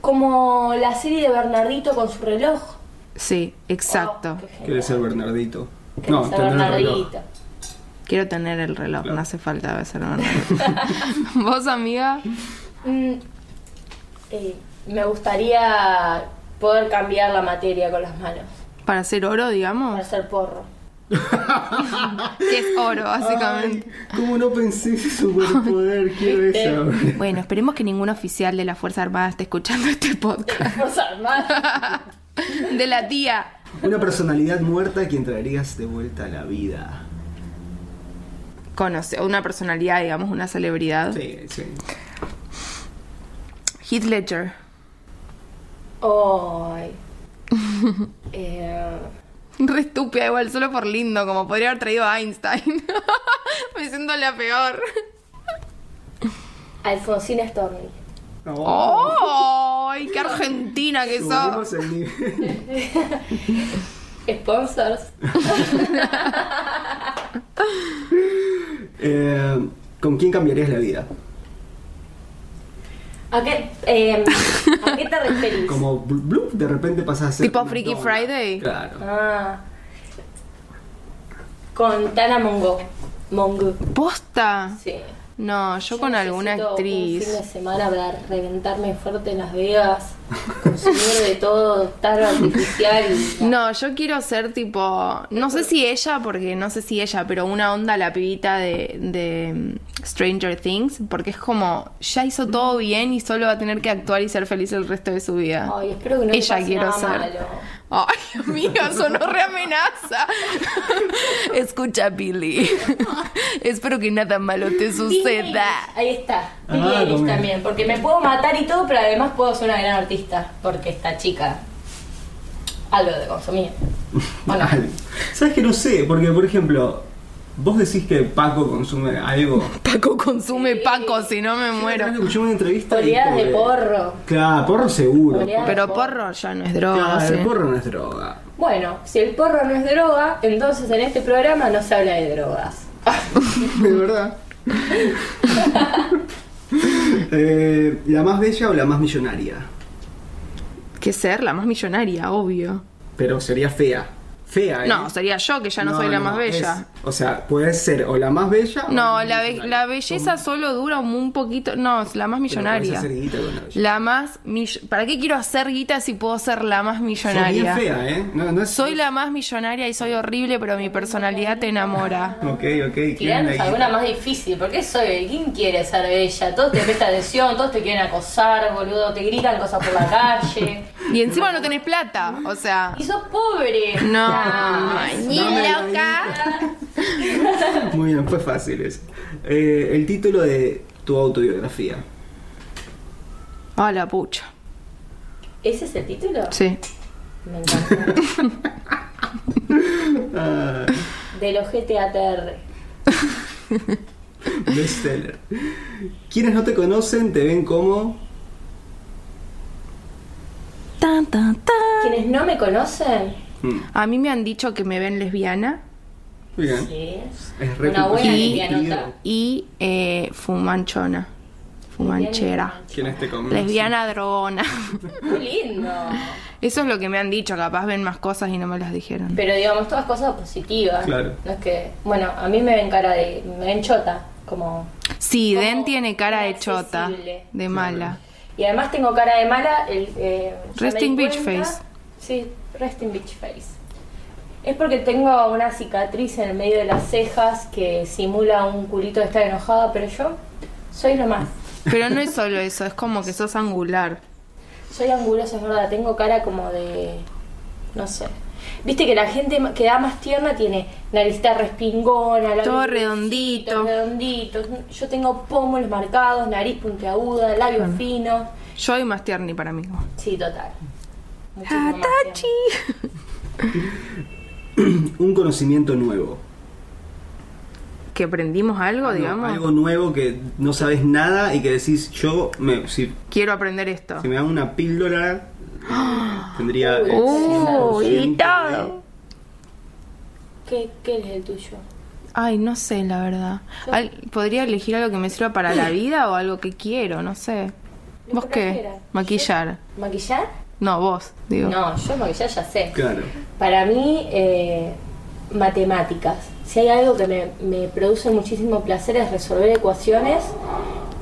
[SPEAKER 2] Como la serie de Bernardito con su reloj.
[SPEAKER 3] Sí, exacto.
[SPEAKER 2] Oh, qué genial.
[SPEAKER 1] Quiere ser Bernardito.
[SPEAKER 2] Que sea
[SPEAKER 1] tener reloj.
[SPEAKER 2] Bernardito.
[SPEAKER 3] Quiero tener el reloj,
[SPEAKER 1] Claro.
[SPEAKER 3] no hace falta ser normal. Vos, amiga,
[SPEAKER 2] Mm, eh, me gustaría poder cambiar la materia con las manos.
[SPEAKER 3] para hacer oro,
[SPEAKER 2] Para
[SPEAKER 3] digamos,
[SPEAKER 2] hacer porro.
[SPEAKER 3] que es oro, básicamente.
[SPEAKER 1] Ay, ¿Cómo no pensé ese superpoder? Quiero
[SPEAKER 2] este.
[SPEAKER 1] eso.
[SPEAKER 3] Bueno, esperemos que ningún oficial de la Fuerza Armada esté escuchando este podcast.
[SPEAKER 2] Fuerza Armada.
[SPEAKER 3] De la tía.
[SPEAKER 1] Una personalidad muerta que traerías de vuelta a la vida.
[SPEAKER 3] Conoce, una personalidad, digamos, una celebridad.
[SPEAKER 1] Sí, sí.
[SPEAKER 3] Heath Ledger.
[SPEAKER 2] Ay. Eh,
[SPEAKER 3] Re estúpida igual, solo por lindo, como podría haber traído a Einstein. Me siento la peor.
[SPEAKER 2] Alfonsina Storni.
[SPEAKER 3] Oh, ¡Ay, qué argentina que sos!
[SPEAKER 1] Oh. Subimos el nivel.
[SPEAKER 2] Sponsors.
[SPEAKER 1] Eh, ¿Con quién cambiarías la vida?
[SPEAKER 2] ¿A qué, eh, ¿a qué te referís?
[SPEAKER 1] Como bl- blup, de repente pasas a ser.
[SPEAKER 3] Tipo
[SPEAKER 1] una
[SPEAKER 3] Freaky
[SPEAKER 1] dona.
[SPEAKER 3] Friday.
[SPEAKER 1] Claro.
[SPEAKER 2] Ah. Con Tana Mongo. Mongo.
[SPEAKER 3] ¡Posta!
[SPEAKER 2] Sí.
[SPEAKER 3] No, yo, con alguna
[SPEAKER 2] necesito Un fin
[SPEAKER 3] actriz.
[SPEAKER 2] de semana para reventarme fuerte en Las Vegas, consumir de todo, estar artificial. y-
[SPEAKER 3] No, yo quiero ser tipo. No sé si ella, porque no sé si ella, pero una onda la pibita de, de mm, Stranger Things, porque es como. Ya hizo todo bien y solo va a tener que actuar y ser feliz el resto de su vida.
[SPEAKER 2] Ay, espero que no le
[SPEAKER 3] ella
[SPEAKER 2] pase
[SPEAKER 3] quiero
[SPEAKER 2] nada
[SPEAKER 3] ser.
[SPEAKER 2] malo.
[SPEAKER 3] Ay, amiga, sonó re amenaza. Escucha, Billy. Espero que nada malo te
[SPEAKER 2] Billie
[SPEAKER 3] suceda.
[SPEAKER 2] Eilish, Ahí está.
[SPEAKER 1] Ah,
[SPEAKER 2] Billie Eilish
[SPEAKER 1] también.
[SPEAKER 2] también. Porque me puedo matar y todo, pero además puedo ser una gran artista. Porque esta chica. Algo de consumir. Bueno.
[SPEAKER 1] Algo. ¿Sabes que no sé? Porque, por ejemplo, vos decís que Paco consume algo.
[SPEAKER 3] Paco consume
[SPEAKER 2] Sí.
[SPEAKER 3] Paco, si no me muero.
[SPEAKER 1] Yo escuché una entrevista. y
[SPEAKER 2] Oleadas de
[SPEAKER 1] como que-
[SPEAKER 2] porro.
[SPEAKER 1] Claro, porro seguro.
[SPEAKER 2] Oleadas.
[SPEAKER 3] Pero porro ya no es droga.
[SPEAKER 1] Claro,
[SPEAKER 3] Ah, sí.
[SPEAKER 1] el porro no es droga.
[SPEAKER 2] Bueno, si el porro no es droga, entonces en este programa no se habla de drogas.
[SPEAKER 1] De verdad. Eh, ¿La más bella o la más millonaria?
[SPEAKER 3] Que ser la más millonaria, obvio.
[SPEAKER 1] Pero sería fea. Fea, ¿eh?
[SPEAKER 3] No, sería yo que ya no, soy la más bella.
[SPEAKER 1] es O sea, puede ser o la más bella. o
[SPEAKER 3] No,
[SPEAKER 1] más
[SPEAKER 3] la, be-
[SPEAKER 1] millonaria.
[SPEAKER 3] la belleza solo dura un, un poquito. No, es la más
[SPEAKER 1] Pero podés
[SPEAKER 3] millonaria.
[SPEAKER 1] hacer guita con la belleza.
[SPEAKER 3] La más. mill- ¿Para qué quiero hacer guita si puedo ser la más
[SPEAKER 1] Sos
[SPEAKER 3] millonaria?
[SPEAKER 1] bien fea, ¿eh? No, no es...
[SPEAKER 3] Soy la más millonaria y soy horrible, pero mi personalidad te enamora.
[SPEAKER 1] Ok, ok. ¿quién
[SPEAKER 2] Tiranos
[SPEAKER 1] la
[SPEAKER 2] alguna
[SPEAKER 1] guita?
[SPEAKER 2] más difícil, porque soy, ¿quién quiere ser bella? Todos te prestan atención, todos te quieren acosar, boludo, te gritan cosas por la calle.
[SPEAKER 3] Y encima no tenés plata, o sea.
[SPEAKER 2] Y sos pobre.
[SPEAKER 3] No,
[SPEAKER 2] Ah,
[SPEAKER 3] ni
[SPEAKER 1] no me la
[SPEAKER 3] loca.
[SPEAKER 1] Muy bien, fue fácil eso. Eh, el título de tu autobiografía.
[SPEAKER 3] A la pucha.
[SPEAKER 2] ¿Ese es el título?
[SPEAKER 3] Sí.
[SPEAKER 2] Me encanta.
[SPEAKER 1] Ah,
[SPEAKER 2] Del ojete ATR.
[SPEAKER 1] bestseller. Quienes no te conocen te ven como.
[SPEAKER 3] Tan, tan, tan.
[SPEAKER 2] Quienes no me conocen,
[SPEAKER 1] Mm,
[SPEAKER 3] A mí me han dicho que me ven lesbiana
[SPEAKER 1] bien.
[SPEAKER 2] sí.
[SPEAKER 1] Es re
[SPEAKER 2] Una buena
[SPEAKER 3] Y-
[SPEAKER 2] lesbianota.
[SPEAKER 3] y eh, fumanchona. Fumanchera.
[SPEAKER 1] Quienes te conocen.
[SPEAKER 3] Lesbiana drogona.
[SPEAKER 2] Muy lindo.
[SPEAKER 3] Eso es lo que me han dicho, capaz ven más cosas y no me las dijeron.
[SPEAKER 2] Pero digamos, todas cosas positivas.
[SPEAKER 1] Claro.
[SPEAKER 2] No es que. Bueno, a mí me ven cara de. Me ven chota. Como.
[SPEAKER 3] Sí,
[SPEAKER 2] Como
[SPEAKER 3] Den tiene cara de chota,
[SPEAKER 2] inaccesible.
[SPEAKER 3] de mala.
[SPEAKER 2] Y además tengo cara de mala. El, eh, ya
[SPEAKER 3] Rest
[SPEAKER 2] me di
[SPEAKER 3] in bitch
[SPEAKER 2] cuenta.
[SPEAKER 3] face.
[SPEAKER 2] Sí, resting bitch face. Es porque tengo una cicatriz en el medio de las cejas que simula un culito de estar enojada, pero yo soy lo más.
[SPEAKER 3] Pero no es solo eso, es como que sos angular.
[SPEAKER 2] Soy angulosa, es verdad. Tengo cara como de. No sé. Viste que la gente ma- que da más tierna tiene naricita respingona, labios
[SPEAKER 3] Todo redondito.
[SPEAKER 2] redonditos. Yo tengo pómulos marcados, nariz puntiaguda, labios finos.
[SPEAKER 3] Yo y más tierni para mí.
[SPEAKER 2] Sí, total. Muchísimo más
[SPEAKER 3] Hatachi.
[SPEAKER 2] tierna.
[SPEAKER 1] Un conocimiento nuevo.
[SPEAKER 3] Que aprendimos algo,
[SPEAKER 1] No,
[SPEAKER 3] Oh, digamos.
[SPEAKER 1] algo nuevo que no sabes nada y que decís, yo, me, si,
[SPEAKER 3] Quiero aprender esto.
[SPEAKER 1] si me dan una píldora, eh, tendría. el
[SPEAKER 3] Uh,
[SPEAKER 1] 100%
[SPEAKER 3] y todo.
[SPEAKER 2] ¿Qué, ¿Qué es el tuyo?
[SPEAKER 3] Ay, no sé, la verdad. Al- ¿Podría elegir algo que me sirva para la vida o algo que quiero? No sé.
[SPEAKER 2] Lo
[SPEAKER 3] ¿Vos
[SPEAKER 2] que
[SPEAKER 3] qué?
[SPEAKER 2] prefieras.
[SPEAKER 3] Maquillar.
[SPEAKER 2] ¿Maquillar?
[SPEAKER 3] No, vos, digo.
[SPEAKER 2] No, yo maquillar ya sé.
[SPEAKER 1] de- Claro.
[SPEAKER 2] Para mí, eh, matemáticas. Si hay algo que me, me produce muchísimo placer es resolver ecuaciones,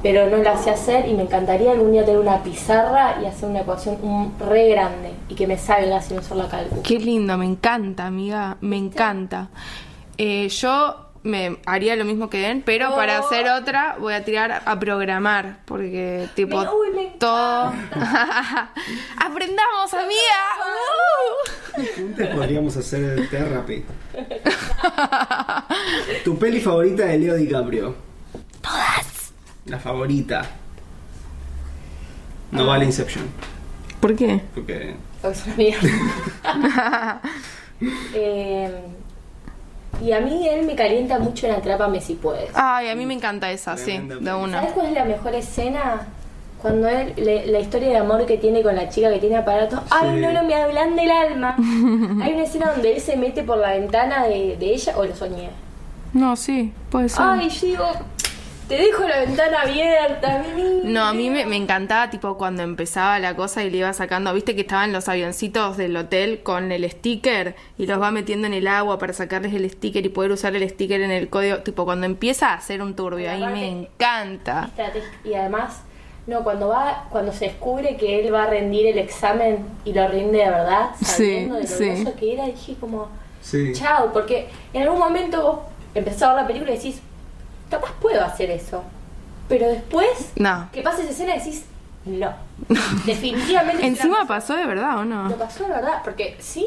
[SPEAKER 2] pero no las sé hacer y me encantaría algún día tener una pizarra y hacer una ecuación un- re grande y que me salga sin usar la cálculo.
[SPEAKER 3] Qué lindo, me encanta, amiga, me encanta. Eh, yo me haría lo mismo que Den, pero
[SPEAKER 2] Oh.
[SPEAKER 3] para hacer otra voy a tirar a programar, porque tipo
[SPEAKER 2] Me- uy, me
[SPEAKER 3] todo... Aprendamos, amiga. Uh.
[SPEAKER 1] Juntas podríamos hacer terapia. tu peli favorita de Leo DiCaprio. Todas. La favorita. No vale Inception.
[SPEAKER 3] ¿Por qué?
[SPEAKER 1] Porque.
[SPEAKER 2] Porque es una mierda. Eh, y a mí él me calienta mucho en Atrápame si puedes.
[SPEAKER 3] Ay, a mí me encanta esa, sí,
[SPEAKER 1] Tremenda
[SPEAKER 3] de
[SPEAKER 1] película.
[SPEAKER 3] una.
[SPEAKER 2] ¿Sabes cuál es la mejor escena? Cuando él, le- la historia de amor que tiene con la chica que tiene aparatos. Ay, no, no, me hablan del alma. Hay una escena donde él se mete por la ventana de, de ella o lo soñé.
[SPEAKER 3] No, sí, puede ser.
[SPEAKER 2] Ay, yo digo, te dejo la ventana abierta, mi niño.
[SPEAKER 3] No, a mí me, me encantaba, tipo, cuando empezaba la cosa y le iba sacando, viste que estaban los avioncitos del hotel con el sticker y los va metiendo en el agua para sacarles el sticker y poder usar el sticker en el código. Tipo, cuando empieza a hacer un turbio, ahí me encanta.
[SPEAKER 2] Estrateg- Y además, no, cuando va, cuando se descubre que él va a rendir el examen y lo rinde de verdad, sabiendo
[SPEAKER 3] Sí,
[SPEAKER 2] de lo
[SPEAKER 3] sí.
[SPEAKER 2] groso que era, dije como,
[SPEAKER 1] Sí.
[SPEAKER 2] Chao, porque en algún momento vos empezás a ver la película y decís, capaz puedo hacer eso. Pero después,
[SPEAKER 3] No.
[SPEAKER 2] que pasa esa escena, decís, no. Definitivamente.
[SPEAKER 3] Encima
[SPEAKER 2] pasó.
[SPEAKER 3] pasó de verdad, ¿o
[SPEAKER 2] Lo
[SPEAKER 3] no?
[SPEAKER 2] pasó, la verdad, porque sí.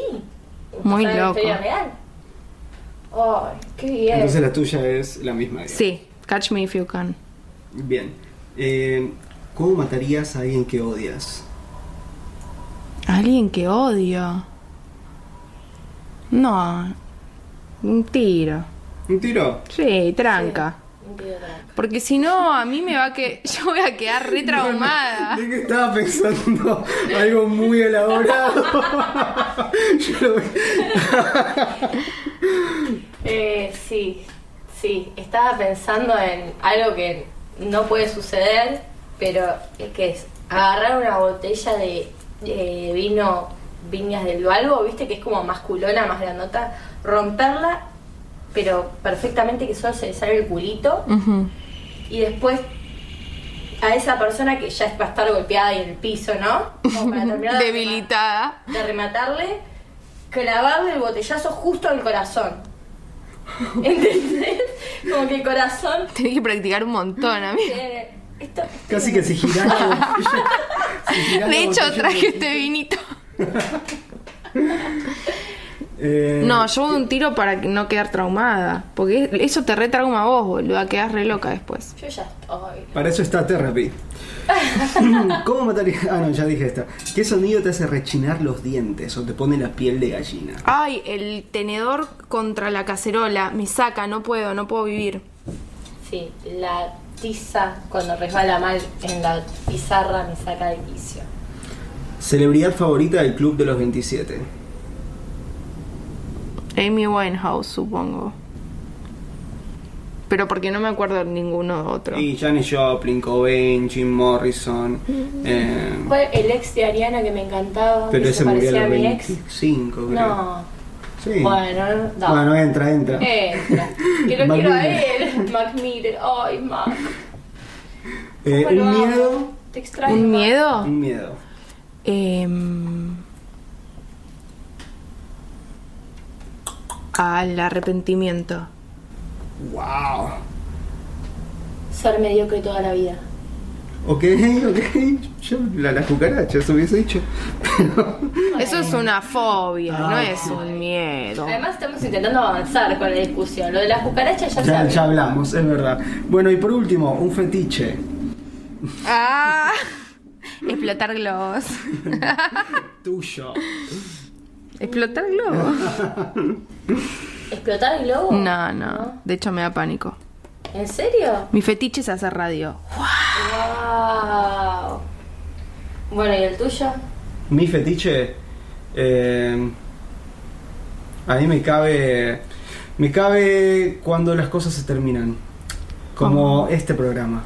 [SPEAKER 3] Muy
[SPEAKER 2] Pasó en la
[SPEAKER 3] loco.
[SPEAKER 2] historia real. Ay, qué bien.
[SPEAKER 1] Entonces la tuya es la misma. digamos.
[SPEAKER 3] Sí, catch me if you can.
[SPEAKER 1] Bien. Eh, ¿Cómo matarías a alguien que odias?
[SPEAKER 3] Alguien que odio. No, un tiro.
[SPEAKER 1] ¿Un tiro?
[SPEAKER 3] Sí, tranca.
[SPEAKER 2] Un video drama.
[SPEAKER 3] Porque si no, a mí me va a que. Yo voy a quedar re traumada.
[SPEAKER 1] Es que estaba pensando algo muy elaborado. Yo lo vi.
[SPEAKER 2] Eh, sí, sí. Estaba pensando en algo que no puede suceder, pero es que es agarrar una botella de eh, vino Viñas del Valvo, viste que es como más culona, más grandota, romperla pero perfectamente que solo se le sale el culito.
[SPEAKER 3] Ujú.
[SPEAKER 2] Y después a esa persona que ya va a estar golpeada y en el piso, ¿no? Como para terminar de
[SPEAKER 3] Debilitada.
[SPEAKER 2] remar- De rematarle, clavarle el botellazo justo al corazón. ¿Entendés? Como que el corazón.
[SPEAKER 3] Tenés que practicar un montón, amigo.
[SPEAKER 2] eh, esto,
[SPEAKER 1] Casi que si girás. la- si girás la
[SPEAKER 3] De hecho,
[SPEAKER 1] botella-
[SPEAKER 3] traje este vinito.
[SPEAKER 1] Eh,
[SPEAKER 3] No, yo un tiro para que no quedar traumada. Porque eso te retrauma a vos, boludo. Quedás re loca después.
[SPEAKER 2] Yo ya estoy.
[SPEAKER 1] Para eso está Therapy. ¿Cómo mataría? Ah, no, ya dije esta. ¿Qué sonido te hace rechinar los dientes o te pone la piel de gallina?
[SPEAKER 3] Ay, el tenedor contra la cacerola. Me saca, no puedo, no puedo vivir.
[SPEAKER 2] Sí, la tiza cuando resbala mal en la pizarra me saca de vicio.
[SPEAKER 1] Celebridad favorita del Club de los 27.
[SPEAKER 3] Amy Winehouse, supongo. Pero porque no me acuerdo de ninguno otro.
[SPEAKER 1] Y Janis Joplin, Cobain, Jim Morrison. eh,
[SPEAKER 2] Fue el ex de Ariana que me encantaba,
[SPEAKER 1] pero
[SPEAKER 2] que
[SPEAKER 1] ese
[SPEAKER 2] se
[SPEAKER 1] murió a
[SPEAKER 2] parecía a
[SPEAKER 1] los
[SPEAKER 2] mi ex.
[SPEAKER 1] 25, creo.
[SPEAKER 2] No.
[SPEAKER 1] Sí.
[SPEAKER 2] Bueno, no.
[SPEAKER 1] Bueno, entra, entra.
[SPEAKER 2] Eh, Entra. Que lo
[SPEAKER 1] Mac
[SPEAKER 2] quiero a
[SPEAKER 1] Miller.
[SPEAKER 2] él. Mac Miller. Ay, Mac.
[SPEAKER 1] Eh,
[SPEAKER 2] ¿Cómo lo
[SPEAKER 1] un
[SPEAKER 2] amo?
[SPEAKER 1] miedo.
[SPEAKER 2] Te extraño.
[SPEAKER 3] ¿Un
[SPEAKER 2] Mac.
[SPEAKER 3] miedo?
[SPEAKER 1] Un miedo.
[SPEAKER 3] Em, al arrepentimiento.
[SPEAKER 1] Wow.
[SPEAKER 2] Ser mediocre toda la vida.
[SPEAKER 1] Ok, ok. Yo la, la cucaracha, eso hubiese dicho. Pero-
[SPEAKER 3] Eso es una fobia, no
[SPEAKER 1] Ay,
[SPEAKER 3] es un miedo.
[SPEAKER 2] Además, estamos intentando avanzar con la discusión. Lo de las cucarachas ya,
[SPEAKER 1] ya,
[SPEAKER 2] sabes.
[SPEAKER 1] ya hablamos, es verdad. Bueno, y por último, un fetiche.
[SPEAKER 3] Ah, explotar globos.
[SPEAKER 1] Tuyo.
[SPEAKER 3] ¿Explotar globos?
[SPEAKER 2] ¿Explotar el globo?
[SPEAKER 3] No, no. De hecho, me da pánico.
[SPEAKER 2] ¿En serio?
[SPEAKER 3] Mi fetiche es hacer radio.
[SPEAKER 2] ¡Wow! Bueno, ¿y el tuyo?
[SPEAKER 1] Mi fetiche. eh, a mí me cabe. Me cabe cuando las cosas se terminan. Como este programa.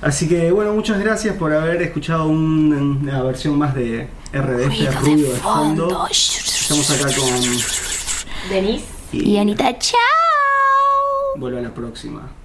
[SPEAKER 1] Así que, bueno, muchas gracias por haber escuchado un- una versión más de RDF, ruido de fondo. Estamos acá con.
[SPEAKER 2] ¿Denise?
[SPEAKER 1] Y Anita, chao. Vuelvo a la próxima.